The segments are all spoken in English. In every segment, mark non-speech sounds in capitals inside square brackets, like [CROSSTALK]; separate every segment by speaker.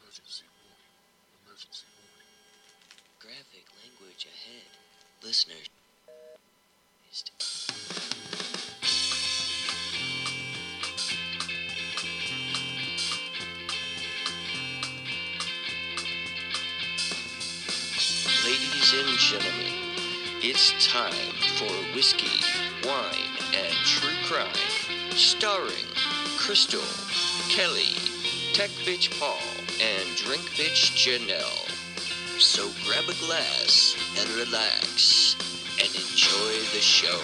Speaker 1: Emergency warning. Emergency warning.
Speaker 2: Graphic language ahead. Listeners. Ladies and gentlemen, it's time for Whiskey, Wine, and True Crime, starring Crystal, Kelly, Tech Bitch Paul, and Drink Bitch Janelle. So grab a glass and relax and enjoy the show.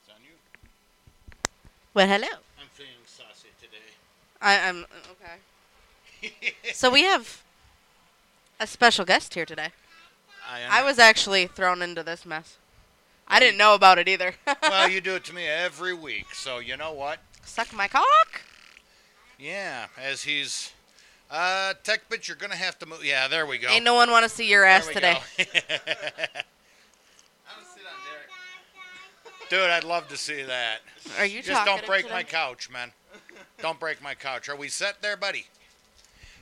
Speaker 3: It's on you.
Speaker 4: Well, hello.
Speaker 3: I'm feeling saucy today.
Speaker 4: I, I'm okay. so we have a special guest here today.
Speaker 3: I am.
Speaker 4: I was actually thrown into this mess. I didn't know about it either.
Speaker 3: [LAUGHS] well, you do it to me every week, so you know what?
Speaker 4: [LAUGHS] Suck my cock.
Speaker 3: Yeah, as he's. Uh, tech bitch, you're gonna have to move. Yeah, there we go.
Speaker 4: Ain't no one want to see your
Speaker 3: There
Speaker 4: ass
Speaker 3: we
Speaker 4: today.
Speaker 3: go. [LAUGHS] Dude, I'd love to see that.
Speaker 4: Are you
Speaker 3: Just
Speaker 4: talking
Speaker 3: don't break
Speaker 4: today?
Speaker 3: my couch, man. Don't break my couch. Are we set there, buddy?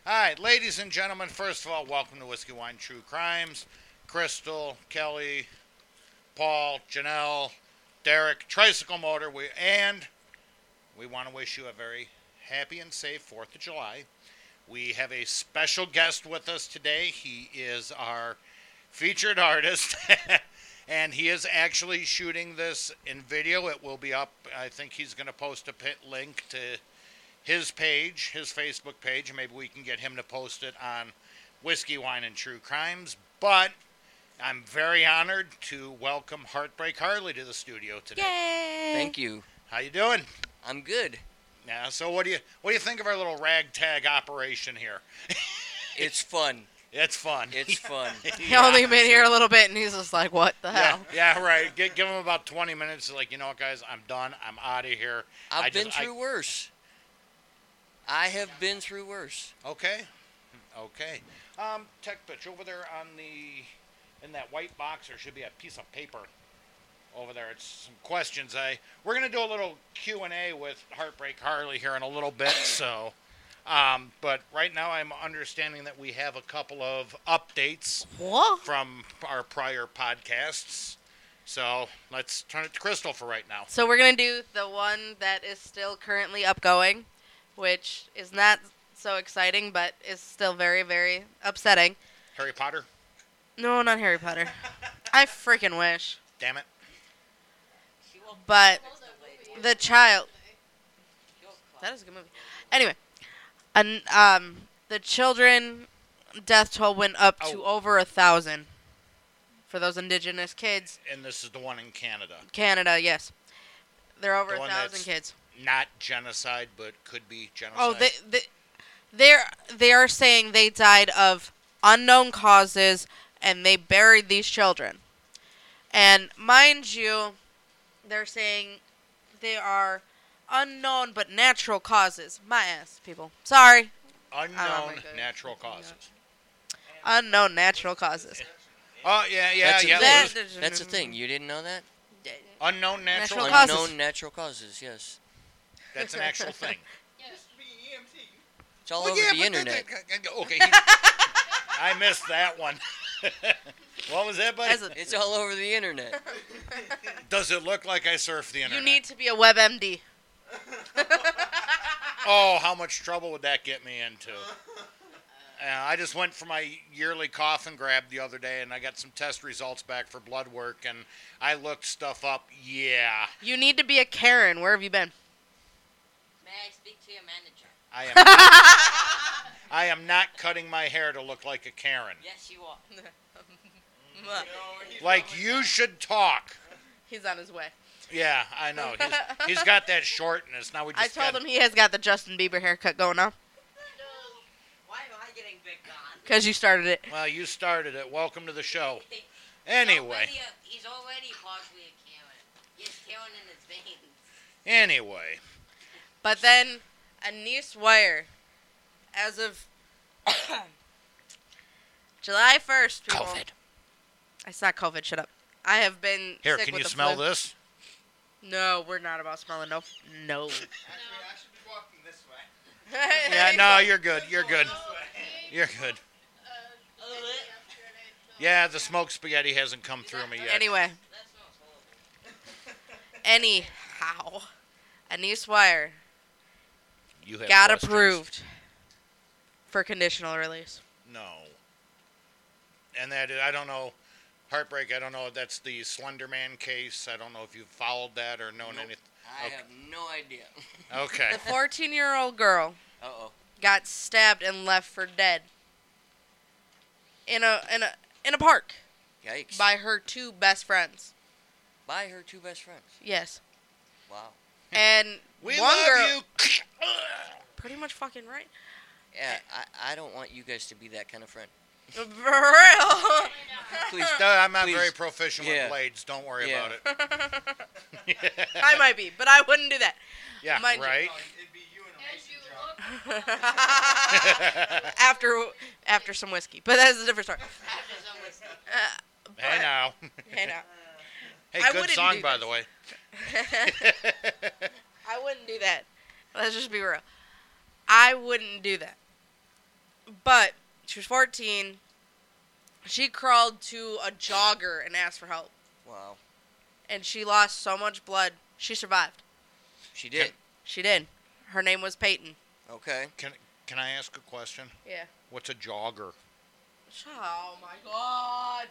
Speaker 3: All right, ladies and gentlemen, first of all, welcome to Whiskey Wine True Crimes. Crystal, Kelly, Paul, Janelle, Derek, Tricycle Motor, we, and we want to wish you a very happy and safe 4th of July. We have a special guest with us today. He is our featured artist. [LAUGHS] and he is actually shooting this in video. It will be up. I think he's going to post a pit link to his page, his Facebook page, and maybe we can get him to post it on Whiskey, Wine, and True Crimes. But I'm very honored to welcome Heartbreak Harley to the studio today.
Speaker 4: Yay!
Speaker 2: Thank you.
Speaker 3: How you doing?
Speaker 2: I'm good.
Speaker 3: Yeah. So what do you what do you think of our little ragtag operation here?
Speaker 2: It's fun.
Speaker 3: It's fun.
Speaker 2: It's fun.
Speaker 3: [LAUGHS]
Speaker 4: He only been here a little bit, and he's just like, "What the
Speaker 3: yeah,
Speaker 4: hell?"
Speaker 3: yeah, right. Give, give him about 20 minutes. Like, you know what, guys? I'm done. I'm out of here. I
Speaker 2: I've
Speaker 3: just-
Speaker 2: been
Speaker 3: I-
Speaker 2: through worse. I have been through worse.
Speaker 3: Okay. Hmm, Okay. Um, tech bitch over there on the in that white box there should be a piece of paper over there. It's some questions. I we're gonna do a little Q and A with Heartbreak Harley here in a
Speaker 2: [COUGHS]
Speaker 3: little bit. So, um, but right now I'm understanding that we have a couple of updates
Speaker 4: What?
Speaker 3: from our prior podcasts. So let's turn it to Crystal for right now.
Speaker 4: So we're gonna do the one that is still currently upgoing, which is not so exciting, but is still very, very upsetting.
Speaker 3: Harry Potter.
Speaker 4: No, not Harry Potter. I freaking wish.
Speaker 3: Damn it.
Speaker 4: But the child. That is a good movie. Anyway, and um, the children death toll went up to
Speaker 3: Oh.
Speaker 4: over a thousand for those indigenous kids.
Speaker 3: And this is the one in Canada.
Speaker 4: Canada, yes, they're over
Speaker 3: The
Speaker 4: a
Speaker 3: one
Speaker 4: thousand
Speaker 3: that's-
Speaker 4: kids.
Speaker 3: Not genocide, but could be genocide.
Speaker 4: Oh, they they they're, they are saying they died of unknown causes and they buried these children. And mind you, they're saying they are unknown but natural causes. My ass, people. Sorry.
Speaker 3: unknown
Speaker 4: goodness.
Speaker 3: natural causes.
Speaker 4: Unknown natural causes.
Speaker 3: Oh yeah, yeah,
Speaker 2: that's,
Speaker 3: yeah.
Speaker 2: a
Speaker 4: That-
Speaker 3: Lewis.
Speaker 2: thing. that's the thing. You didn't know that?
Speaker 3: unknown natural.
Speaker 4: Natural
Speaker 3: causes.
Speaker 4: causes.
Speaker 2: Unknown natural causes, yes.
Speaker 3: That's an actual thing.
Speaker 2: It's [LAUGHS] all
Speaker 3: Well,
Speaker 2: over
Speaker 3: yeah,
Speaker 2: the
Speaker 3: but
Speaker 2: internet.
Speaker 3: that- that- that- okay. he- [LAUGHS] I missed that one. what was that, buddy?
Speaker 4: As a-
Speaker 2: It's all over the
Speaker 3: [LAUGHS]
Speaker 2: internet.
Speaker 3: Does it look like I surf the internet?
Speaker 4: you need to be a WebMD.
Speaker 3: Oh, how much trouble would that get me into? Uh, I just went for my yearly cough and grab the other day, and I got some test results back for blood work, and I looked stuff up. Yeah,
Speaker 4: You need to be a Karen. Where have you been?
Speaker 5: May I speak to your manager?
Speaker 3: I am. I am not cutting my hair to look like a Karen.
Speaker 5: Yes, you are.
Speaker 3: Like you should talk.
Speaker 4: He's on his way.
Speaker 3: Yeah, I know. He's, he's got that shortness. Now we just
Speaker 4: I told
Speaker 3: got-
Speaker 4: him he has got the Justin Bieber haircut going on.
Speaker 5: Why Rick on.
Speaker 4: because you started it.
Speaker 3: Well, you started it. Welcome to the
Speaker 4: Oh,
Speaker 3: show. Oh. Anyway,
Speaker 5: Already a- he's already partially a Karen. He has Karen in his veins.
Speaker 3: anyway,
Speaker 4: But then Anise Wire, as of [COUGHS] July 1st, people-
Speaker 2: COVID.
Speaker 4: It's not COVID. Shut up. I have been
Speaker 3: here,
Speaker 4: sick
Speaker 3: can
Speaker 4: with
Speaker 3: you
Speaker 4: the
Speaker 3: smell
Speaker 4: flu.
Speaker 3: this?
Speaker 4: No, we're not about smelling. No,
Speaker 3: [LAUGHS]
Speaker 4: no.
Speaker 6: Actually, I should be walking this
Speaker 4: [LAUGHS]
Speaker 6: way.
Speaker 3: Yeah, no, you're good. You're good. You're good. Yeah, the smoked spaghetti hasn't come through me yet.
Speaker 4: Anyway,
Speaker 5: That smells horrible.
Speaker 4: anyhow, Anise Wire
Speaker 3: You have
Speaker 4: got
Speaker 3: questions.
Speaker 4: approved for conditional release.
Speaker 3: No. And that I don't know, heartbreak. I don't know. That's the Slender Man case. I don't know if you followed that or known
Speaker 2: Nope. I
Speaker 3: Okay.
Speaker 2: have no idea. [LAUGHS]
Speaker 3: anything. Okay.
Speaker 4: [LAUGHS] The 14 year old girl
Speaker 2: Uh oh.
Speaker 4: got stabbed and left for dead in a in a in a park
Speaker 2: Yikes.
Speaker 4: by her two best friends.
Speaker 2: By her two best friends.
Speaker 4: Yes,
Speaker 2: Wow.
Speaker 4: and
Speaker 3: we
Speaker 4: one
Speaker 3: love
Speaker 4: girl,
Speaker 3: you.
Speaker 4: pretty much fucking right.
Speaker 2: Yeah, I, I don't want you guys to be that kind of friend.
Speaker 4: For real. [LAUGHS]
Speaker 2: Please
Speaker 3: No, Uh, I'm not
Speaker 2: Please.
Speaker 3: very proficient
Speaker 2: Yeah.
Speaker 3: with blades. Don't worry
Speaker 2: Yeah.
Speaker 4: [LAUGHS]
Speaker 3: about it.
Speaker 4: I
Speaker 3: yeah,
Speaker 4: might be, but I wouldn't do that. [LAUGHS] Mind you.
Speaker 3: right.
Speaker 6: Oh, it'd be you
Speaker 5: As you
Speaker 6: and a mason jar.
Speaker 5: look,
Speaker 4: after after some whiskey, but that's a different story.
Speaker 5: after some whiskey.
Speaker 4: Uh,
Speaker 3: [LAUGHS] hey
Speaker 4: but-
Speaker 3: now.
Speaker 4: [LAUGHS] hey now.
Speaker 3: Hey,
Speaker 4: I
Speaker 3: good
Speaker 4: wouldn't
Speaker 3: song
Speaker 4: do
Speaker 3: by
Speaker 4: this.
Speaker 3: the way.
Speaker 4: [LAUGHS] I wouldn't do that. Let's just be real. I wouldn't do that. But she was 14. She crawled to a jogger and asked for help,
Speaker 2: Wow.
Speaker 4: and she lost so much blood. She survived.
Speaker 2: She did.
Speaker 4: She did. Her name was Peyton.
Speaker 2: Okay.
Speaker 3: Can Can I ask a question?
Speaker 4: Yeah.
Speaker 3: What's a jogger?
Speaker 4: Oh my god.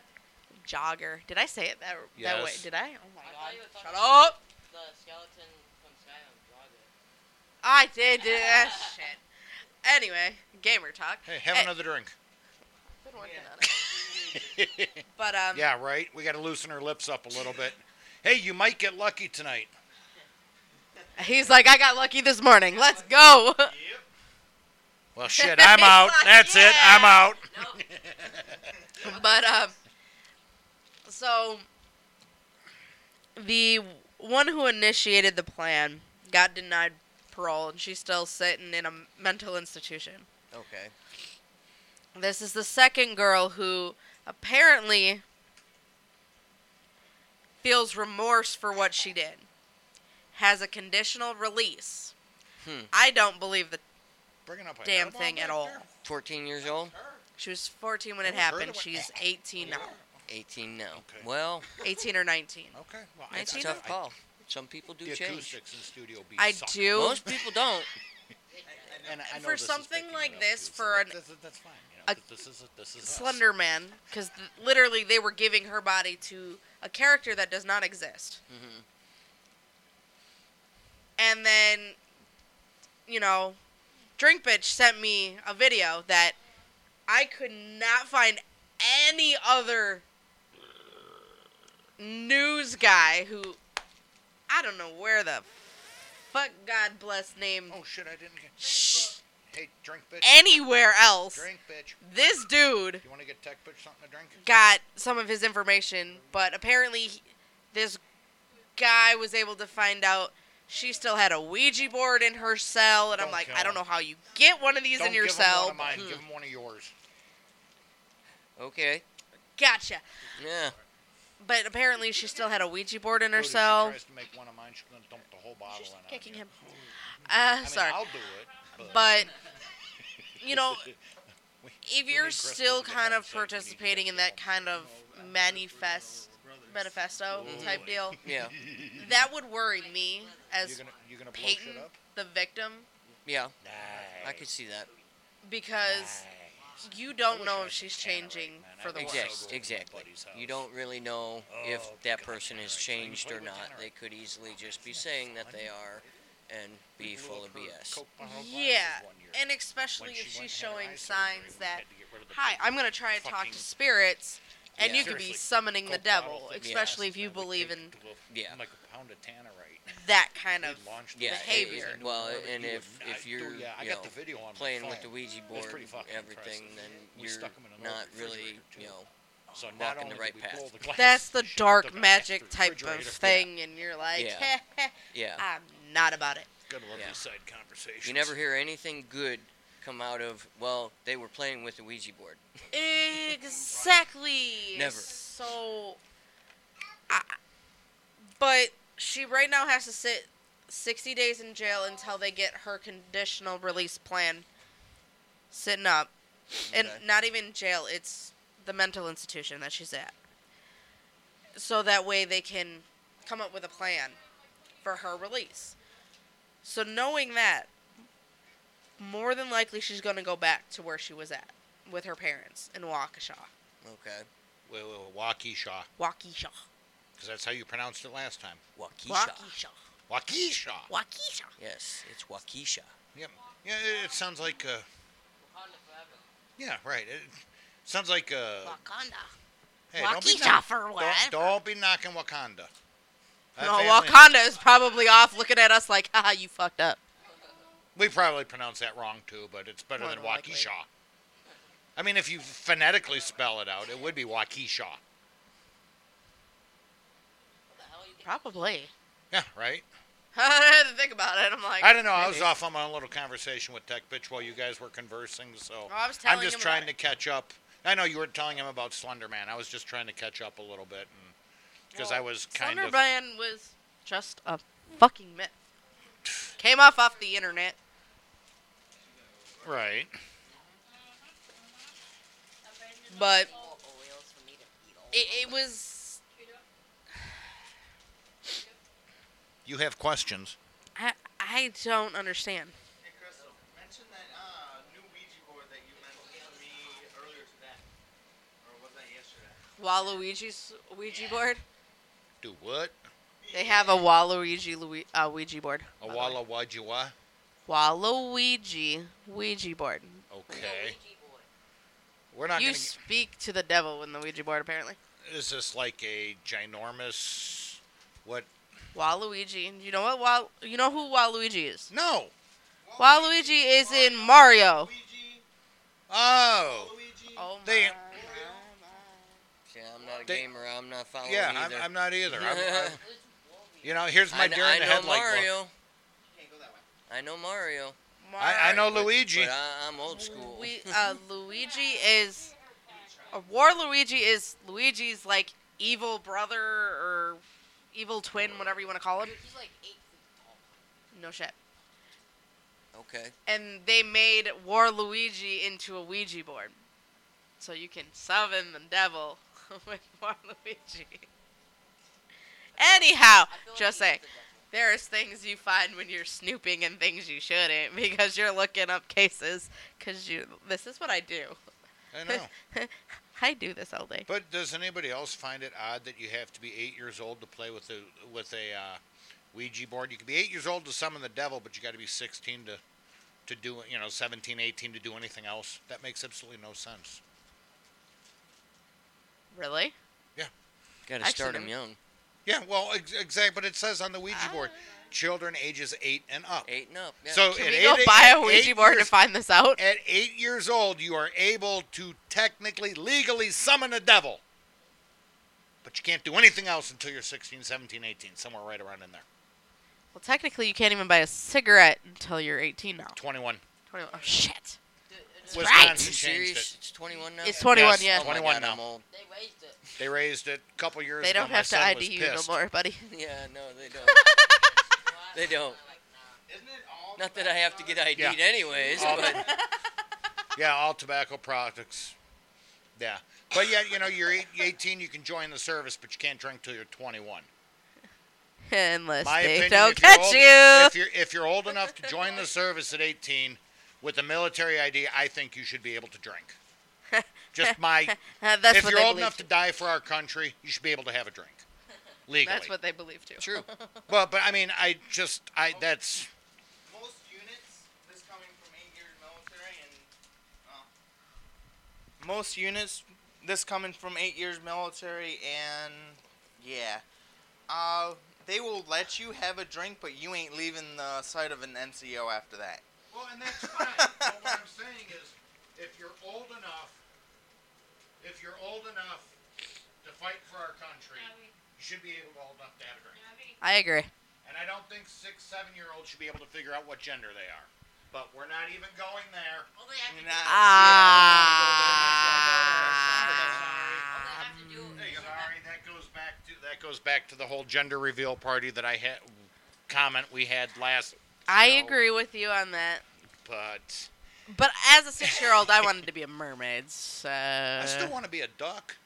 Speaker 4: Jogger. Did I say it that that way?
Speaker 3: Yes.
Speaker 4: Did I? Oh my
Speaker 5: I
Speaker 4: god.
Speaker 5: thought you were
Speaker 4: Shut
Speaker 5: talking-
Speaker 4: up.
Speaker 5: The skeleton from Skyrim, Drago.
Speaker 4: I did do that [LAUGHS] shit. Anyway, gamer talk.
Speaker 3: Hey, have
Speaker 4: Eh.
Speaker 3: another drink. [LAUGHS]
Speaker 4: Been working on it. But um
Speaker 3: yeah, right. We got to loosen her lips up a little bit. Hey, you might get lucky tonight.
Speaker 4: he's like I got lucky this morning. Let's go. [LAUGHS]
Speaker 6: Yep.
Speaker 3: Well, shit, I'm out.
Speaker 4: Fuck
Speaker 3: That's it. I'm
Speaker 4: yeah.
Speaker 3: out.
Speaker 5: No,
Speaker 4: but um so the one who initiated the plan got denied parole and she's still sitting in a mental institution.
Speaker 2: Okay.
Speaker 4: This is the second girl who apparently feels remorse for what she did. Has a conditional release.
Speaker 2: Hmm.
Speaker 4: I don't believe that
Speaker 3: Bringing up a
Speaker 4: Damn
Speaker 3: hairball
Speaker 4: thing at
Speaker 3: back
Speaker 4: all.
Speaker 3: there?
Speaker 2: 14 years old.
Speaker 4: she was 14 when it
Speaker 3: Never heard
Speaker 4: happened.
Speaker 3: of it.
Speaker 4: She's 18 now.
Speaker 2: 18 now.
Speaker 3: Okay.
Speaker 2: Well,
Speaker 4: 18 or 19.
Speaker 3: Okay. Well, I,
Speaker 2: it's
Speaker 3: I,
Speaker 2: a
Speaker 4: Nineteen?
Speaker 2: tough
Speaker 3: I-
Speaker 2: call. Some people do
Speaker 3: the
Speaker 2: change.
Speaker 3: acoustics in Studio B.
Speaker 4: I
Speaker 3: suck.
Speaker 4: do.
Speaker 2: Most people don't.
Speaker 3: And I know
Speaker 4: For
Speaker 3: this is
Speaker 4: something
Speaker 3: picking it
Speaker 4: like
Speaker 3: up,
Speaker 4: this,
Speaker 3: too, so
Speaker 4: for
Speaker 3: that-
Speaker 4: an-
Speaker 3: that's, that's fine. You know,
Speaker 4: a
Speaker 3: but this is this is us.
Speaker 4: Slender Man. Because th- literally they were giving her body to a character that does not exist.
Speaker 3: Mm-hmm.
Speaker 2: Mhm.
Speaker 4: and then you know drink bitch sent me a video that i could not find any other news guy who i don't know where the fuck god bless name
Speaker 3: Oh shit! I didn't get.
Speaker 4: sh-
Speaker 3: Hey, drink, bitch.
Speaker 4: anywhere else
Speaker 3: Drink, bitch.
Speaker 4: this dude
Speaker 3: You want to get tech, bitch, something to drink?
Speaker 4: got some of his information but apparently he- this guy was able to find out she still had a Ouija board in her cell, and I'm
Speaker 3: Don't
Speaker 4: like,
Speaker 3: kill
Speaker 4: I don't
Speaker 3: him.
Speaker 4: know how you get one of these
Speaker 3: Don't
Speaker 4: in your
Speaker 3: give
Speaker 4: cell.
Speaker 3: Him one of mine.
Speaker 2: Hmm.
Speaker 3: Give him one of yours.
Speaker 2: Okay.
Speaker 4: Gotcha.
Speaker 2: Yeah.
Speaker 4: But apparently, she still had a Ouija board in
Speaker 3: Dude,
Speaker 4: her
Speaker 3: if she
Speaker 4: cell.
Speaker 3: tries to make one of mine, she's gonna dump the whole bottle
Speaker 4: She's
Speaker 3: in on
Speaker 4: kicking
Speaker 3: you.
Speaker 4: him. Uh,
Speaker 3: I mean,
Speaker 4: sorry,
Speaker 3: I'll do it.
Speaker 4: but you know,
Speaker 3: [LAUGHS] We-
Speaker 4: if
Speaker 3: we
Speaker 4: you're
Speaker 3: need Crystal
Speaker 4: still
Speaker 3: to get
Speaker 4: kind
Speaker 3: home
Speaker 4: of
Speaker 3: safe. We need to
Speaker 4: participating
Speaker 3: get
Speaker 4: in that
Speaker 3: home.
Speaker 4: kind of manifest manifesto
Speaker 3: Ooh.
Speaker 4: type
Speaker 3: [LAUGHS]
Speaker 4: deal,
Speaker 2: Yeah.
Speaker 4: that would worry me
Speaker 3: You're
Speaker 4: as
Speaker 3: gonna you're gonna blow
Speaker 4: Peyton,
Speaker 3: shit up.
Speaker 4: the victim,
Speaker 2: Yeah. I
Speaker 3: Nice.
Speaker 2: could see that.
Speaker 4: because you don't know if she's changing for the
Speaker 2: Exactly.
Speaker 4: worse.
Speaker 2: exactly. You don't really know if
Speaker 3: Oh,
Speaker 2: that
Speaker 3: God,
Speaker 2: person has
Speaker 3: alright, so you
Speaker 2: changed
Speaker 3: play
Speaker 2: or
Speaker 3: with
Speaker 2: not.
Speaker 3: Tanner.
Speaker 2: They could easily just be saying that they are and be full of BS.
Speaker 4: Yeah, and especially if she's showing signs that Hi, I'm going to try and talk
Speaker 3: fucking-
Speaker 4: to spirits, and
Speaker 2: Yeah.
Speaker 4: you could be
Speaker 3: Seriously,
Speaker 4: summoning the
Speaker 3: Coke bottle
Speaker 4: devil,
Speaker 3: thing.
Speaker 4: especially if you believe in.
Speaker 2: Yeah.
Speaker 3: Like a pound of tannerite.
Speaker 4: that kind of.
Speaker 3: launched
Speaker 7: yeah,
Speaker 3: this
Speaker 7: it-
Speaker 3: crazy
Speaker 4: behavior.
Speaker 3: thing
Speaker 7: well,
Speaker 3: where
Speaker 7: and
Speaker 3: you
Speaker 7: if
Speaker 3: would-
Speaker 7: if
Speaker 3: I-
Speaker 7: you're
Speaker 3: dude, yeah, I
Speaker 7: you
Speaker 3: got
Speaker 7: know,
Speaker 3: the video on my
Speaker 7: playing with
Speaker 3: phone.
Speaker 7: the Ouija
Speaker 3: was
Speaker 7: board,
Speaker 3: pretty fucking
Speaker 7: everything,
Speaker 3: impressive.
Speaker 7: then
Speaker 3: We
Speaker 7: you're
Speaker 3: stuck 'em in an old
Speaker 7: not really
Speaker 3: refrigerator, too.
Speaker 7: you know
Speaker 3: So not
Speaker 7: walking the
Speaker 3: only
Speaker 7: right
Speaker 3: did we blow
Speaker 7: path.
Speaker 3: the glass
Speaker 4: [LAUGHS] That's the
Speaker 3: and shit
Speaker 4: dark
Speaker 3: up the
Speaker 4: magic type of
Speaker 3: refrigerator,
Speaker 4: thing, and you're like,
Speaker 7: Yeah. Oh. yeah.
Speaker 4: I'm not about it.
Speaker 3: yeah. Gotta love
Speaker 7: Yeah.
Speaker 3: these side conversations.
Speaker 7: You never hear anything good come out of well they were playing with the Ouija board.
Speaker 4: Exactly.
Speaker 7: Never.
Speaker 4: So, I, but she right now has to sit 60 days in jail until they get her conditional release plan sitting up. And
Speaker 7: Okay.
Speaker 4: not even jail, it's the mental institution that she's at. So that way they can come up with a plan for her release. So knowing that, more than likely she's going to go back to where she was at with her parents in Waukesha.
Speaker 7: Okay.
Speaker 3: Wait, wait, wait. Waukesha.
Speaker 4: Waukesha.
Speaker 3: Because that's how you pronounced it last time.
Speaker 7: Waukesha.
Speaker 4: Waukesha.
Speaker 3: Waukesha.
Speaker 4: Waukesha.
Speaker 7: Yes, it's Waukesha.
Speaker 3: Yep. Yeah, it, it sounds like. Uh,
Speaker 5: Wakanda forever.
Speaker 3: yeah, right. It sounds like. Uh,
Speaker 4: Wakanda.
Speaker 3: hey, don't be
Speaker 4: Waukesha
Speaker 3: knock-
Speaker 4: for
Speaker 3: Don't,
Speaker 4: what?
Speaker 3: don't be knocking Wakanda. That
Speaker 4: No,
Speaker 3: family-
Speaker 4: Wakanda is probably off looking at us like, haha, you fucked up.
Speaker 3: We probably pronounced that wrong too, but it's better
Speaker 4: More
Speaker 3: than
Speaker 4: than likely.
Speaker 3: Waukesha. I mean, if you phonetically spell it out, it would be Waukesha.
Speaker 5: What the hell you get?
Speaker 4: Probably.
Speaker 3: Yeah, right?
Speaker 4: [LAUGHS] I had to think about it. I'm like,
Speaker 3: I don't know. I was
Speaker 4: maybe.
Speaker 3: off on my own little conversation with Tech Bitch while you guys were conversing, so
Speaker 4: I was
Speaker 3: I'm
Speaker 4: telling
Speaker 3: just
Speaker 4: him
Speaker 3: trying
Speaker 4: about
Speaker 3: to catch up. I know you were telling him about Slender Man. I was just trying to catch up a little bit because I was kind
Speaker 4: Slender
Speaker 3: of.
Speaker 4: Man was just a fucking myth. Came off off the internet.
Speaker 3: Right.
Speaker 4: But
Speaker 5: Oh, oh, we also need to eat all.
Speaker 4: it, it was.
Speaker 3: You have questions.
Speaker 4: I, I don't understand.
Speaker 6: Hey, Crystal, mention that uh, new Ouija board that you mentioned to me earlier today. Or was that yesterday?
Speaker 4: Waluigi's Ouija board.
Speaker 3: Do what?
Speaker 4: They have a Waluigi Lui- uh, Ouija board.
Speaker 3: A
Speaker 4: by the
Speaker 3: walla
Speaker 4: way.
Speaker 3: wajua?
Speaker 4: Waluigi Ouija board.
Speaker 3: Okay.
Speaker 5: Ouija board.
Speaker 3: We're not
Speaker 4: you
Speaker 3: going to.
Speaker 4: speak to the devil in the Ouija board, apparently.
Speaker 3: Is this like a ginormous. What?
Speaker 4: Waluigi. You know what? Wal- you know who Waluigi is?
Speaker 3: No!
Speaker 4: Waluigi is in Mario.
Speaker 6: Luigi,
Speaker 3: Oh!
Speaker 6: Luigi.
Speaker 4: Oh
Speaker 3: They-
Speaker 4: my.
Speaker 7: Yeah, I'm not a
Speaker 3: They-
Speaker 7: gamer. I'm not following
Speaker 3: Yeah, I'm,
Speaker 7: Oh, either.
Speaker 3: I'm not either.
Speaker 7: [LAUGHS]
Speaker 3: I'm, I'm,
Speaker 5: Who's Wolverine?
Speaker 3: you know, here's my
Speaker 7: I, kn-
Speaker 3: deer
Speaker 7: I
Speaker 3: in the
Speaker 7: know
Speaker 3: headlight look.
Speaker 7: Mario.
Speaker 6: Can't go that way.
Speaker 7: I know Mario.
Speaker 3: I, I know
Speaker 7: but-
Speaker 3: Luigi.
Speaker 7: But I, I'm old school.
Speaker 4: We, uh, Luigi is. Uh, War Luigi is Luigi's like evil brother or evil twin, whatever you want to call him.
Speaker 5: Dude, he's like eight feet tall.
Speaker 4: No shit.
Speaker 7: [LAUGHS] okay.
Speaker 4: And they made War Luigi into a Ouija board, so you can summon the devil [LAUGHS] with War Luigi. Anyhow,
Speaker 5: I feel like
Speaker 4: just
Speaker 5: he is
Speaker 4: saying.
Speaker 5: the devil.
Speaker 4: There's things you find when you're snooping and things you shouldn't [LAUGHS] because you're looking up cases. Cause you, this is what I do.
Speaker 3: I know.
Speaker 4: I do this all day.
Speaker 3: But does anybody else find it odd that you have to be eight years old to play with a with a uh, Ouija board? You can be eight years old to summon the devil, but you got to be sixteen to to do you know 17, 18 to do anything else. That makes absolutely no sense.
Speaker 4: Really?
Speaker 7: Gotta
Speaker 4: Actually,
Speaker 7: start him
Speaker 4: no.
Speaker 7: young.
Speaker 3: Yeah, well, ex- exactly. But it says on the Ouija board, children ages eight and up.
Speaker 7: Eight and up. Yeah.
Speaker 3: So
Speaker 4: Can
Speaker 3: at
Speaker 4: we
Speaker 3: eight-
Speaker 4: go
Speaker 3: at
Speaker 4: buy a
Speaker 3: eight
Speaker 4: Ouija board to
Speaker 3: years-
Speaker 4: find this out?
Speaker 3: At eight years old, you are able to technically, legally summon the devil. But you can't do anything else until you're 16, 17, 18, somewhere right around in there.
Speaker 4: Well, technically, you can't even buy a cigarette until you're 18 now.
Speaker 3: 21.
Speaker 4: 21. Oh shit!
Speaker 3: Wisconsin
Speaker 4: right.
Speaker 7: Are you
Speaker 3: changed
Speaker 7: serious?
Speaker 3: it.
Speaker 7: It's 21 now.
Speaker 4: It's 21,
Speaker 3: Yes,
Speaker 4: yeah.
Speaker 7: Oh my
Speaker 3: 21
Speaker 7: God,
Speaker 3: now.
Speaker 7: I'm old.
Speaker 5: They raised it.
Speaker 3: They raised it a couple years
Speaker 4: They
Speaker 3: ago.
Speaker 4: don't
Speaker 3: My
Speaker 4: have to
Speaker 3: son
Speaker 4: ID
Speaker 3: was
Speaker 4: you no
Speaker 3: pissed.
Speaker 4: more, buddy.
Speaker 7: [LAUGHS]
Speaker 4: [LAUGHS]
Speaker 7: Yeah, no, they don't. They don't.
Speaker 5: Like, nah.
Speaker 6: Isn't it all
Speaker 7: Not that I have to get ID'd
Speaker 3: Yeah.
Speaker 7: anyways,
Speaker 3: Oh,
Speaker 7: but
Speaker 3: Yeah, all tobacco products. Yeah. But yeah, you know, you're eight- 18, you can join the service, but you can't drink till you're 21.
Speaker 4: Unless
Speaker 3: My
Speaker 4: they
Speaker 3: opinion,
Speaker 4: don't
Speaker 3: if you're
Speaker 4: catch
Speaker 3: old,
Speaker 4: you.
Speaker 3: If you're, if you're old enough to join the service at 18 with a military ID, I think you should be able to
Speaker 4: [LAUGHS]
Speaker 3: drink. Just my.
Speaker 4: Uh, [LAUGHS] that's
Speaker 3: if
Speaker 4: what
Speaker 3: you're
Speaker 4: they
Speaker 3: old
Speaker 4: believe.
Speaker 3: enough to die for our country, you should be able to have a drink. Legally.
Speaker 4: that's what they believe too.
Speaker 7: true.
Speaker 3: Well, but I mean, I just, I, that's,
Speaker 6: Most units, this coming from eight years military and. well, most units, this coming from eight years military and. Yeah. Uh, They will let you have a drink, but you ain't leaving the site of an NCO after that.
Speaker 3: Well, and that's fine. but what [LAUGHS] I'm saying is, if you're old enough, if you're old enough to fight for our country, you should be able old enough to have a drink.
Speaker 4: I agree.
Speaker 3: And I don't think six, seven year olds should be able to figure out what gender they are. But we're not even going there.
Speaker 5: All they have to
Speaker 6: You're
Speaker 5: do,
Speaker 6: not-
Speaker 4: Ah.
Speaker 5: all they have to do is
Speaker 3: Hey,
Speaker 5: you have-
Speaker 3: Um, Sorry, that goes back to that goes back to the whole gender reveal party that I had comment we had last.
Speaker 4: I
Speaker 3: No.
Speaker 4: agree with you on that.
Speaker 3: But
Speaker 4: But as a six-year-old, I wanted to be a mermaid. So
Speaker 3: I still want to be a duck.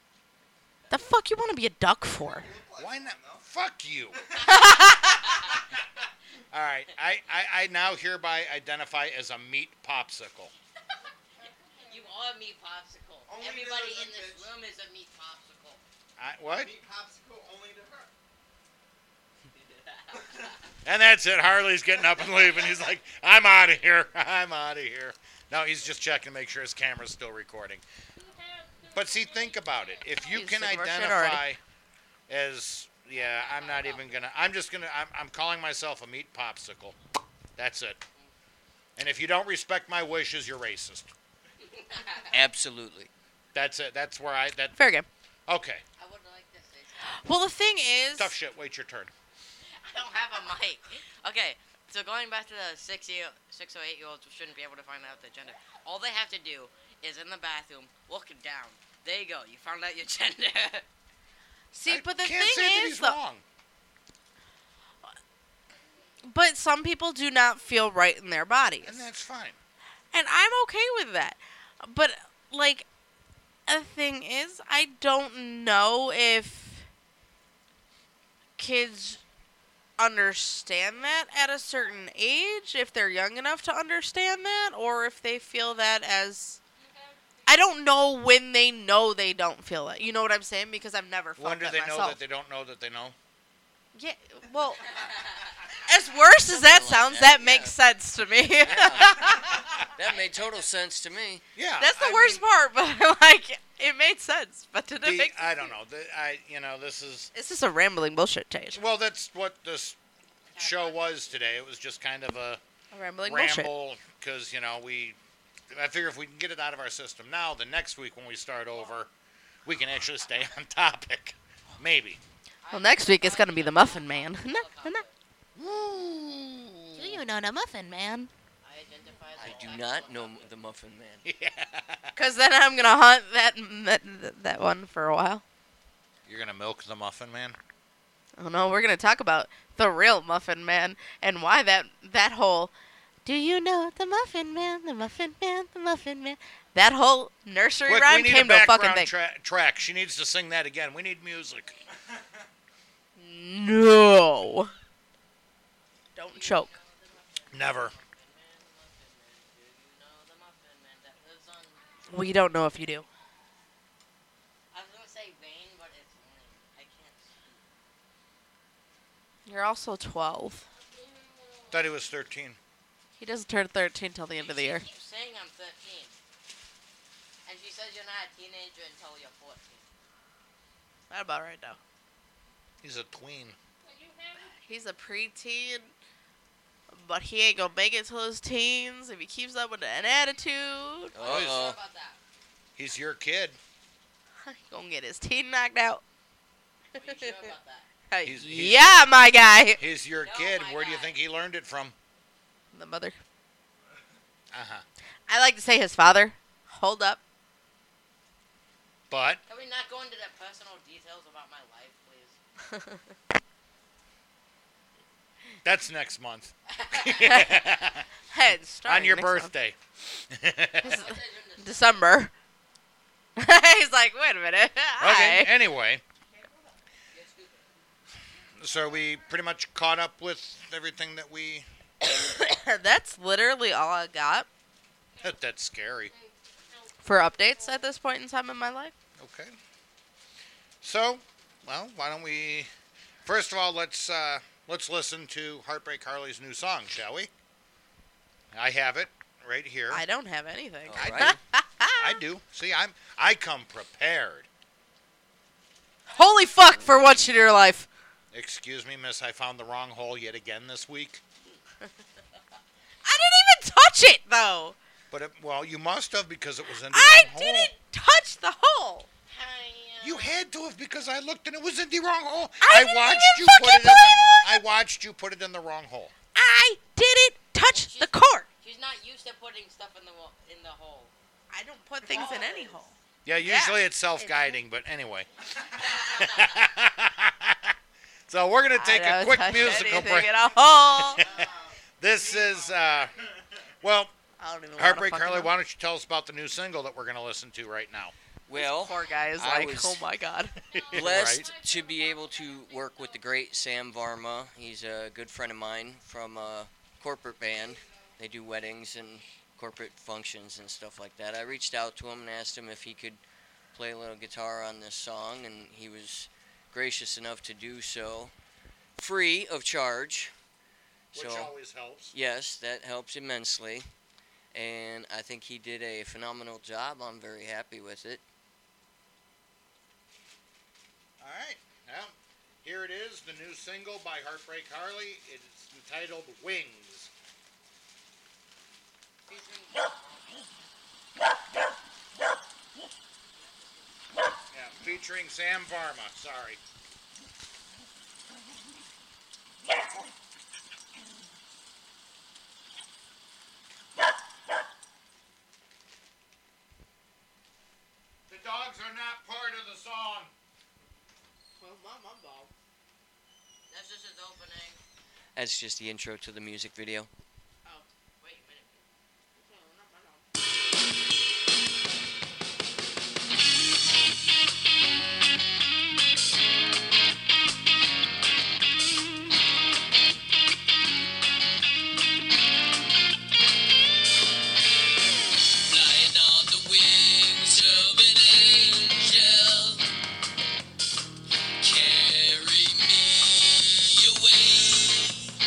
Speaker 4: the fuck you want to be a duck for?
Speaker 3: Why not? Fuck
Speaker 4: [LAUGHS]
Speaker 3: you. All right, I, I, I now hereby identify as a meat popsicle.
Speaker 5: you are a meat popsicle.
Speaker 6: Only
Speaker 5: Everybody
Speaker 6: the
Speaker 5: in this
Speaker 6: bitch.
Speaker 5: room is a meat popsicle.
Speaker 3: I, what?
Speaker 6: Meat popsicle only to her.
Speaker 3: And that's it. Harley's getting up and leaving. He's like, I'm out of here. I'm out of here. No, he's just checking to make sure his camera's still recording. But see, think about it. If you
Speaker 4: He's
Speaker 3: can
Speaker 4: sick of our shit
Speaker 3: identify as, yeah, I'm not even gonna. I'm just gonna. I'm, I'm calling myself a meat popsicle. That's it. And if you don't respect my wishes, you're racist.
Speaker 7: Absolutely.
Speaker 3: That's it. That's where I. That
Speaker 4: Fair game.
Speaker 3: okay.
Speaker 5: I would like this. eh?
Speaker 4: Well, the thing is,
Speaker 3: Tough shit. Wait your turn.
Speaker 5: I don't have a mic. Okay, so going back to the six year, six or eight year olds who shouldn't be able to find out their gender. All they have to do is in the bathroom, look down. There you go. You found out your [LAUGHS] gender.
Speaker 4: see,
Speaker 3: I
Speaker 4: but the
Speaker 3: can't
Speaker 4: thing
Speaker 3: say that
Speaker 4: is,
Speaker 3: he's
Speaker 4: though,
Speaker 3: wrong.
Speaker 4: but some people do not feel right in their bodies,
Speaker 3: And that's fine.
Speaker 4: and I'm okay with that. But like, the thing is, I don't know if kids understand that at a certain age, if they're young enough to understand that, or if they feel that as I don't know when they know they don't feel it. You know what I'm saying? Because I've never felt
Speaker 3: When do
Speaker 4: that
Speaker 3: they
Speaker 4: myself.
Speaker 3: know that they don't know that they know?
Speaker 4: Yeah, well, as worse as that
Speaker 7: Something like
Speaker 4: sounds, that,
Speaker 7: that,
Speaker 4: makes sense to me.
Speaker 3: [LAUGHS]
Speaker 4: [LAUGHS]
Speaker 7: That made total sense to me.
Speaker 3: Yeah.
Speaker 4: That's the
Speaker 3: I
Speaker 4: worst
Speaker 3: mean,
Speaker 4: part, [LAUGHS] but like, it made sense. But did it
Speaker 3: the- uh,
Speaker 4: make?
Speaker 3: I don't know. The- I you know this is
Speaker 4: This is a rambling bullshit stage.
Speaker 3: well that's what this show was today. It was just kind of a
Speaker 4: A rambling bullshit.
Speaker 3: ramble because you know we. I figure if we can get it out of our system now, the next week when we start over, we can actually stay [LAUGHS] on topic. Maybe. [LAUGHS]
Speaker 4: Well, next week it's gonna be the Muffin Man. [LAUGHS] No, no, no. Do you know the Muffin Man?
Speaker 5: I identify as
Speaker 7: I
Speaker 5: a
Speaker 7: do
Speaker 5: black
Speaker 7: not
Speaker 5: woman.
Speaker 7: know the Muffin Man.
Speaker 3: Yeah.
Speaker 4: Cause then I'm gonna hunt that that, that one for a while.
Speaker 3: You're gonna milk the muffin man.
Speaker 4: Oh no, we're gonna talk about the real Muffin Man and why that that whole do you know the Muffin Man, the Muffin Man, the Muffin Man that whole nursery
Speaker 3: Look, we
Speaker 4: rhyme
Speaker 3: need
Speaker 4: came
Speaker 3: a
Speaker 4: to a
Speaker 3: background
Speaker 4: fucking thing.
Speaker 3: tra- track. She needs to sing that again. We need music.
Speaker 4: no. Don't choke.
Speaker 3: Never.
Speaker 5: You know the muffin man that lives on.
Speaker 4: We don't know if you do.
Speaker 5: I was gonna say vein, but it's lame. I can't.
Speaker 4: You're also 12.
Speaker 3: Thought he was 13.
Speaker 4: He doesn't turn 13 till the end of the year.
Speaker 5: She keeps saying I'm 13, and she says you're not a teenager until you're 14.
Speaker 4: That about right now.
Speaker 3: He's a tween.
Speaker 4: He's a preteen, but he ain't gonna make it till his teens if he keeps up with an attitude. [LAUGHS]
Speaker 7: Uh
Speaker 5: I'm sure
Speaker 7: oh.
Speaker 5: about that.
Speaker 3: He's your kid.
Speaker 4: He gonna get his teeth knocked out.
Speaker 5: Are you sure about that?
Speaker 4: Hey,
Speaker 3: He's- he's-
Speaker 4: yeah, my guy.
Speaker 3: He's your
Speaker 5: No,
Speaker 3: kid.
Speaker 5: my
Speaker 3: Where do you
Speaker 5: God.
Speaker 3: think he learned it from?
Speaker 4: The mother.
Speaker 3: Uh huh.
Speaker 4: I like to say his father. Hold up.
Speaker 3: But
Speaker 5: Can we not go into the personal details about my life, please?
Speaker 3: that's next month. [LAUGHS]
Speaker 4: Head start.
Speaker 3: On your birthday.
Speaker 4: December. [LAUGHS] He's like, wait a minute.
Speaker 3: [LAUGHS] Okay.
Speaker 4: Hi. [LAUGHS]
Speaker 3: Anyway. So are we pretty much caught up with everything that we. [LAUGHS]
Speaker 4: That's literally all I got
Speaker 3: That's scary.
Speaker 4: for updates at this point in time in my life.
Speaker 3: Okay. So, well, why don't we? First of all, let's uh, let's listen to Heartbreak Harley's new song, shall we? I have it right here.
Speaker 4: I don't have anything.
Speaker 7: All
Speaker 4: [LAUGHS]
Speaker 7: right.
Speaker 3: I do. See, I'm I come prepared.
Speaker 4: Holy fuck for once in your life.
Speaker 3: Excuse me, miss, I found the wrong hole yet again this week.
Speaker 4: I didn't even touch it though.
Speaker 3: But, it, well, you must have because it was in the
Speaker 4: I
Speaker 3: wrong hole.
Speaker 4: didn't touch the hole.
Speaker 3: You had to have because I looked and it was in the wrong hole.
Speaker 4: I didn't
Speaker 3: watched
Speaker 4: even
Speaker 3: you put
Speaker 4: fucking
Speaker 3: it in
Speaker 4: play
Speaker 3: the, I watched you put it in the wrong hole.
Speaker 4: I didn't touch the court.
Speaker 5: She's not used to putting stuff in the wo- in the hole.
Speaker 4: I don't put things in any hole.
Speaker 3: Yeah,
Speaker 4: Yeah.
Speaker 3: usually it's self-guiding, but anyway. [LAUGHS] so we're gonna take
Speaker 4: [LAUGHS] I
Speaker 3: a
Speaker 4: don't
Speaker 3: quick
Speaker 4: touch
Speaker 3: musical
Speaker 4: anything
Speaker 3: break.
Speaker 4: In a hole.
Speaker 3: This is uh, well,
Speaker 4: I don't even
Speaker 3: [LAUGHS]
Speaker 4: wanna
Speaker 3: Heartbreak
Speaker 4: fucking
Speaker 3: Harley.
Speaker 4: know.
Speaker 3: Why don't you tell us about the new single that we're gonna listen to right now?
Speaker 7: Well,
Speaker 4: Poor guy is
Speaker 7: I
Speaker 4: like,
Speaker 7: was-
Speaker 4: oh
Speaker 3: [LAUGHS]
Speaker 4: my god.
Speaker 7: blessed
Speaker 3: Right.
Speaker 7: to be able to work with the great Sam Varma. He's a good friend of mine from a corporate band. They do weddings and corporate functions and stuff like that. I reached out to him and asked him if he could play a little guitar on this song, and he was gracious enough to do so, free of charge. so
Speaker 3: always helps.
Speaker 7: yes, that helps immensely. And I think he did a phenomenal job. I'm very happy with it.
Speaker 3: All right, now here it is, the new single by Heartbreak Harley. It's entitled Wings. Yeah, featuring Sam Varma. Sorry. The dogs are not part of the song.
Speaker 5: That's just his opening.
Speaker 7: That's just the intro to the music video.
Speaker 5: Wait a minute.
Speaker 8: Flying on the wings of an angel, carry me away.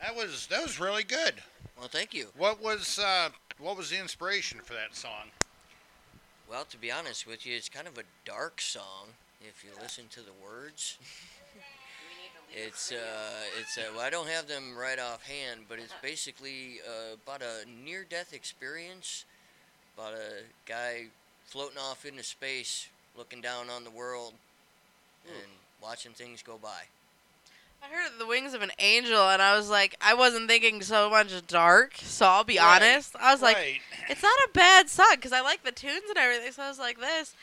Speaker 3: that was that was really good.
Speaker 7: Well, thank you.
Speaker 3: What was uh, what was the inspiration for that song?
Speaker 7: Well, to be honest with you, it's kind of a dark song if you listen to the [LAUGHS] words. It's uh, it's uh, well, I don't have them right offhand, but it's basically uh, about a near-death experience, about a guy floating off into space, looking down on the world, and watching things go by.
Speaker 4: I heard the wings of an angel, and I was like, I wasn't thinking so much dark. So I'll be
Speaker 3: Right,
Speaker 4: honest. I was like,
Speaker 3: right.
Speaker 4: it's not a bad song because I like the tunes and everything. So I was like, this,